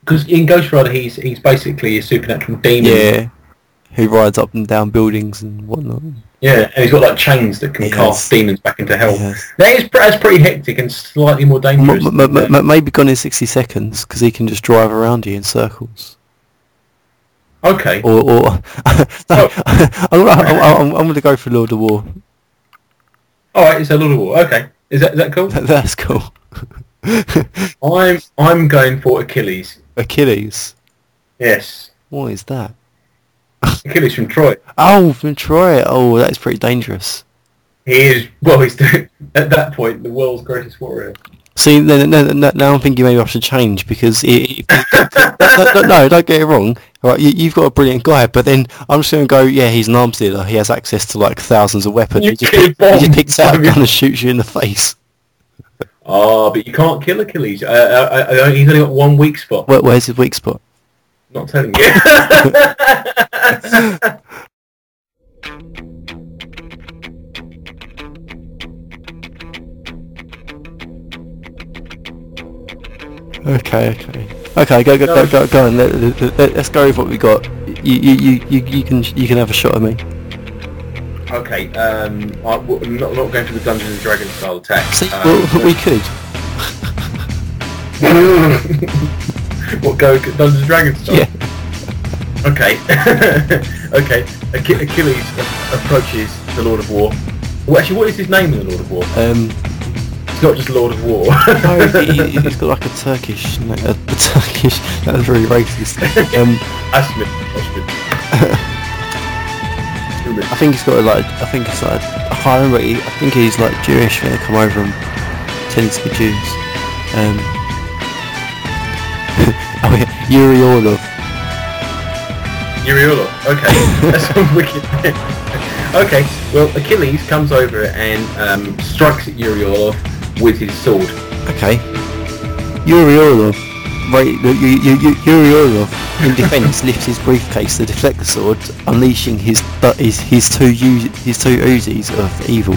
[SPEAKER 2] Because in Ghost Rider, he's he's basically a supernatural demon.
[SPEAKER 5] Yeah, who rides up and down buildings and whatnot.
[SPEAKER 2] Yeah, and he's got like chains that can
[SPEAKER 5] Yes.
[SPEAKER 2] cast demons back into hell.
[SPEAKER 5] Yes.
[SPEAKER 2] That is pr- that's pretty hectic and slightly more
[SPEAKER 5] M-
[SPEAKER 2] dangerous.
[SPEAKER 5] m- m- m- maybe gone in 60 seconds because he can just drive around you in circles.
[SPEAKER 2] okay.
[SPEAKER 5] Or, or no, I'm, I'm, I'm going to go for Lord of War.
[SPEAKER 2] All right, it's a Lord of War. Okay, is that is that cool?
[SPEAKER 5] That's cool.
[SPEAKER 2] I'm I'm going for Achilles.
[SPEAKER 5] Achilles.
[SPEAKER 2] Yes.
[SPEAKER 5] What is that?
[SPEAKER 2] Achilles from Troy.
[SPEAKER 5] Oh, from Troy. Oh, that's pretty dangerous.
[SPEAKER 2] He is well. He's at that point the world's greatest warrior.
[SPEAKER 5] See, then, then, then- now I'm thinking maybe I should change because it, no, no, no, don't get it wrong. All right, you, you've got a brilliant guy, but then I'm just going to go. Yeah, he's an arms dealer. He has access to like thousands of weapons. He just,
[SPEAKER 2] Nuclear
[SPEAKER 5] pick- he just
[SPEAKER 2] bombs,
[SPEAKER 5] picks out a
[SPEAKER 2] don't you?
[SPEAKER 5] gun and shoots you in the face.
[SPEAKER 2] Ah, but you can't kill Achilles. Uh, I, I, I, I- he's only got one weak spot.
[SPEAKER 5] Where, where's his weak spot?
[SPEAKER 2] Not telling you.
[SPEAKER 5] Okay, okay, okay. Go, go, go, go, go on. Let, us go with what we got. You, you, you, you, you can, you can have a shot at me.
[SPEAKER 2] okay. Um, I, am not, not going for the Dungeons and Dragons style attack.
[SPEAKER 5] See,
[SPEAKER 2] Um,
[SPEAKER 5] well, we could.
[SPEAKER 2] what go Dungeons and Dragons style?
[SPEAKER 5] Yeah.
[SPEAKER 2] Okay. okay. Achi- Achilles a- approaches the Lord of War. Well, actually, what is his name in the Lord of War?
[SPEAKER 5] Um,
[SPEAKER 2] It's not just Lord of War.
[SPEAKER 5] no, he, has got like a Turkish, na- a, a Turkish. That was very racist. Um,
[SPEAKER 2] Asmith. Asmith.
[SPEAKER 5] I think he's got like, I think it's like, I remember. He, I think he's like Jewish when they come over and tends to be Jews. Um, oh yeah, Yuri Orlov.
[SPEAKER 2] Uriolo. Okay, that's some wicked. okay, well Achilles comes over and um, strikes at Uriolo with his sword.
[SPEAKER 5] Okay. Yuri Orlov, right, you, you, you, Yuri Orlov, in defence, lifts his briefcase to deflect the sword, unleashing his du- his, his two u- his two Uzis of evil.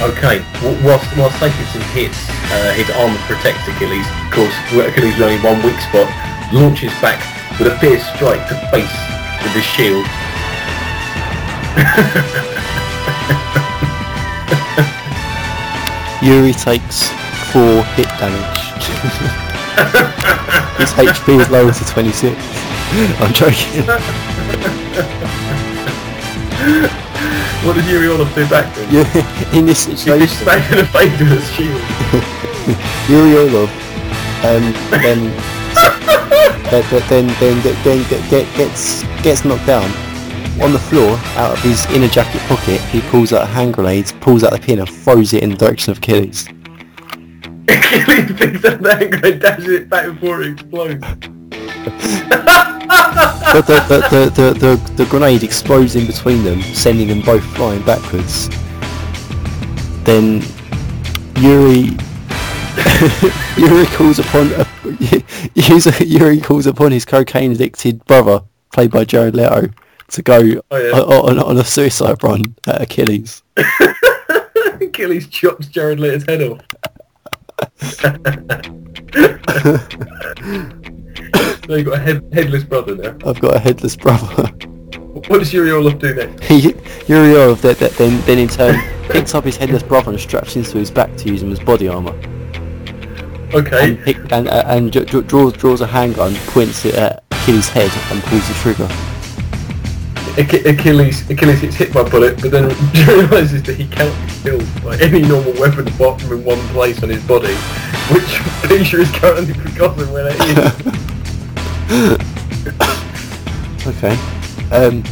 [SPEAKER 2] Okay, wh- whilst whilst taking some hits, uh, his armor protects Achilles. Of course, where Achilles is only one weak spot. Launches back with a fierce strike to face with his shield.
[SPEAKER 5] Yuri takes four hit damage. his HP is lowered to 26. I'm joking.
[SPEAKER 2] What did Uriolo do back then?
[SPEAKER 5] Yeah, in this
[SPEAKER 2] He just
[SPEAKER 5] situation,
[SPEAKER 2] smacked in the face with his shield.
[SPEAKER 5] Yuri Orlov, um, then, then, then, then, then, then get, get, gets, gets knocked down. On the floor, out of his inner jacket pocket, he pulls out a hand grenade, pulls out the pin and throws it in the direction of Achilles.
[SPEAKER 2] Achilles picks up the hand grenade, dashes it back before it explodes.
[SPEAKER 5] But the, the, the, the, the, the grenade explodes in between them, sending them both flying backwards. Then Yuri Yuri calls upon a, Yuri calls upon his cocaine addicted brother, played by Jared Leto, to go on, on, on a suicide run at Achilles.
[SPEAKER 2] Achilles chops Jared Leto's head off. so you've got a head- headless brother now.
[SPEAKER 5] I've got a headless brother.
[SPEAKER 2] What does Yuri Orlov do next?
[SPEAKER 5] He, Yuri Orlov that, that then, then in turn picks up his headless brother and straps him to his back to use him as body armor.
[SPEAKER 2] Okay.
[SPEAKER 5] And, pick, and, uh, and d- d- draws draws a handgun, points it at Achilles' head, and pulls the trigger.
[SPEAKER 2] Ach- Achilles Achilles gets hit by a bullet, but then realises that he cannot be killed by any normal weapon apart from in one place on his body, which picture is currently forgotten where that is.
[SPEAKER 5] Okay. Um.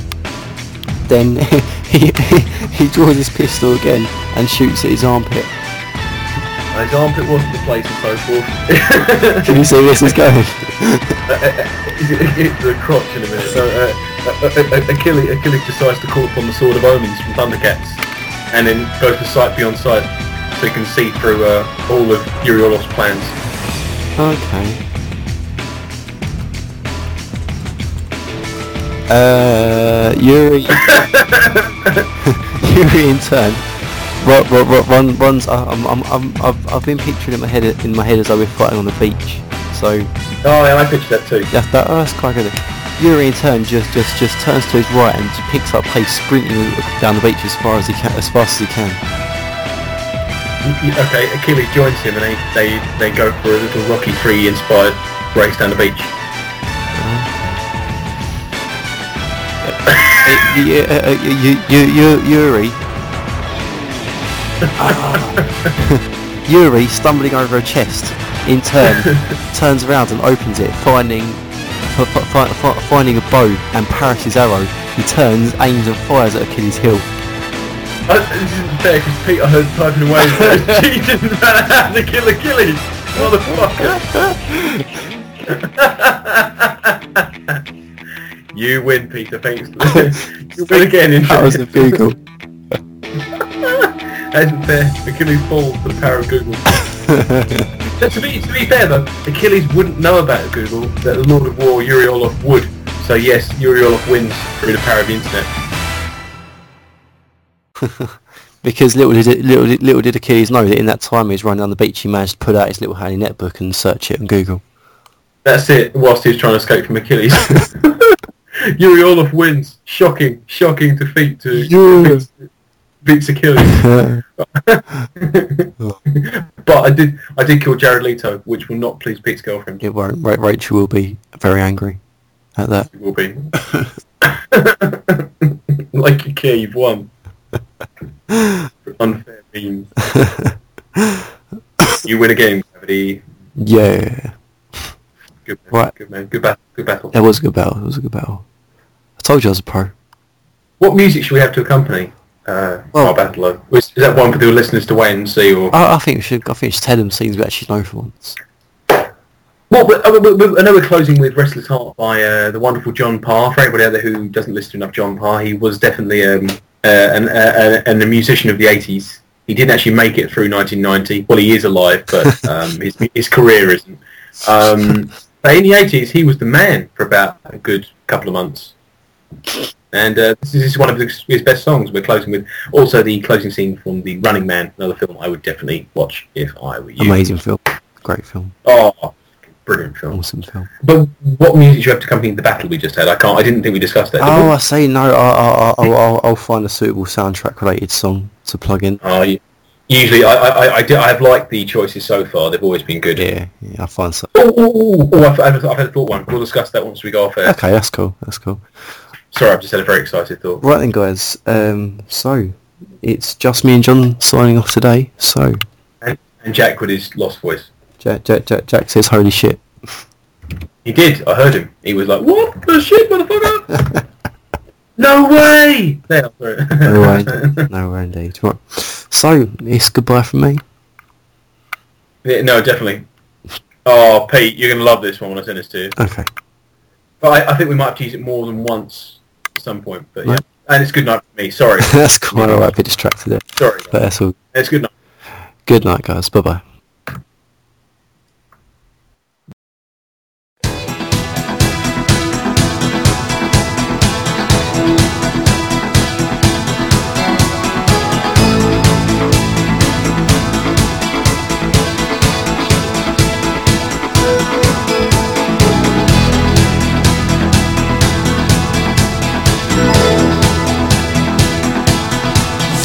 [SPEAKER 5] Then he, he he draws his pistol again and shoots at his armpit.
[SPEAKER 2] And his armpit wasn't the place and so forth.
[SPEAKER 5] Can you see where this is going?
[SPEAKER 2] Uh, uh, uh, it's the crotch in a minute. So uh, uh, uh, Achilles, Achilles decides to call upon the Sword of Omens from Thundercats, and then goes for sight beyond sight, so he can see through uh, all of Uriolov's plans.
[SPEAKER 5] Okay. Uh, Yuri. Yuri in turn. Run, run, run, run, runs. I- I'm, I'm, I'm, I've, I've been picturing in my head in my head as though we're fighting on the beach. So
[SPEAKER 2] Oh, yeah, I pictured that too.
[SPEAKER 5] That's, that, oh, that's quite good. Yuri in turn just, just, just turns to his right and just picks up pace, sprinting down the beach as far as he can, as fast as he can.
[SPEAKER 2] Y- y- Okay, Achilles joins him, and they, they, they go for a little Rocky Three inspired race down the beach.
[SPEAKER 5] Uh, y- uh, uh, y- y- y- y- Yuri. Ah. Yuri, stumbling over a chest, in turn, turns around and opens it, finding f- f- fi- fi- finding a bow and Paris's arrow. He turns, aims and fires at Achilles' heel.
[SPEAKER 2] I, this isn't fair because Peter heard typing away. he didn't know how to kill Achilles. Motherfucker. you win, Peter. Thanks. you win again. In
[SPEAKER 16] That was a Google.
[SPEAKER 2] That isn't fair. Achilles falls to the power of Google. So to be to be fair though, Achilles wouldn't know about Google. That the Lord of War Yuri Olaf would. So yes, Yuri Olaf wins through the power of the internet.
[SPEAKER 5] Because little did, little, did- little did Achilles know that in that time he was running down the beach, he managed to put out his little handy netbook and search it on Google.
[SPEAKER 2] That's it. Whilst he was trying to escape from Achilles, Yuri Olaf wins. Shocking, shocking defeat to beats, beats Achilles. but I did, I did kill Jared Leto, which will not please Pete's girlfriend.
[SPEAKER 5] It won't. Ra- Rachel will be very angry at that.
[SPEAKER 2] It will be. like you care, you've won. Unfair memes. you win a game, Gravity.
[SPEAKER 5] Yeah.
[SPEAKER 2] Good man.
[SPEAKER 5] Right.
[SPEAKER 2] Good man. Good battle. Good battle.
[SPEAKER 5] That was a good battle. That was a good battle. I told you I was a pro.
[SPEAKER 2] What music should we have to accompany uh, our battle? Of? Is is that one for the listeners to wait and see, or
[SPEAKER 5] I, I think we should. I think we should tell them scenes we actually know for once.
[SPEAKER 2] Well, uh, we- I mean, we- we- I know we're closing with Restless Heart by uh, the wonderful John Parr. For anybody out there who doesn't listen to enough John Parr, he was definitely um, uh, an, uh, uh, an, a musician of the 80s. He didn't actually make it through 1990. Well, he is alive, but um, his, his career isn't. Um, but in the 80s, he was the man for about a good couple of months. And uh, this is one of his his best songs we're closing with. Also, the closing scene from The Running Man, another film I would definitely watch if I were you.
[SPEAKER 5] Amazing film. Great film.
[SPEAKER 2] Oh, brilliant film.
[SPEAKER 5] Awesome film.
[SPEAKER 2] But what music do you have to accompany the battle we just had? I can't. I didn't think we discussed that. did
[SPEAKER 5] Oh,
[SPEAKER 2] we?
[SPEAKER 5] I say no. I, I, I, I'll, I'll, I'll find a suitable soundtrack-related song to plug in.
[SPEAKER 2] Oh, you- usually I I, I, I, do, I have liked the choices so far. They've always been good.
[SPEAKER 5] Yeah, yeah I find so.
[SPEAKER 2] Oh, oh, oh, oh, I've, I've, I've had a thought one. We'll discuss that once we go off air.
[SPEAKER 5] Okay, that's cool. That's cool.
[SPEAKER 2] Sorry, I've just had a very excited thought.
[SPEAKER 5] Right then, guys. Um, so it's just me and John signing off today. So
[SPEAKER 2] And, and Jack with his lost voice.
[SPEAKER 5] Jack, Jack, Jack, Jack says, "Holy shit."
[SPEAKER 2] He did. I heard him. He was like, "What the shit, motherfucker! no way!" There, sorry.
[SPEAKER 5] No way, no way indeed. Right. So it's goodbye from me.
[SPEAKER 2] Yeah, no, definitely. Oh, Pete, you're gonna love this one when I send this to you.
[SPEAKER 5] Okay.
[SPEAKER 2] But I, I think we might have to use it more than once at some point. But yeah,
[SPEAKER 5] Right.
[SPEAKER 2] and it's good night for me. Sorry,
[SPEAKER 5] that's quite alright. A bit distracted there.
[SPEAKER 2] Sorry.
[SPEAKER 5] But that's all.
[SPEAKER 2] it's good night.
[SPEAKER 5] Good night, guys. Bye bye.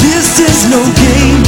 [SPEAKER 7] This is no game.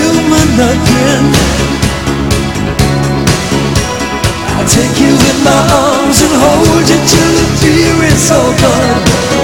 [SPEAKER 7] again. I'll take you in my arms and hold you till the fear is over.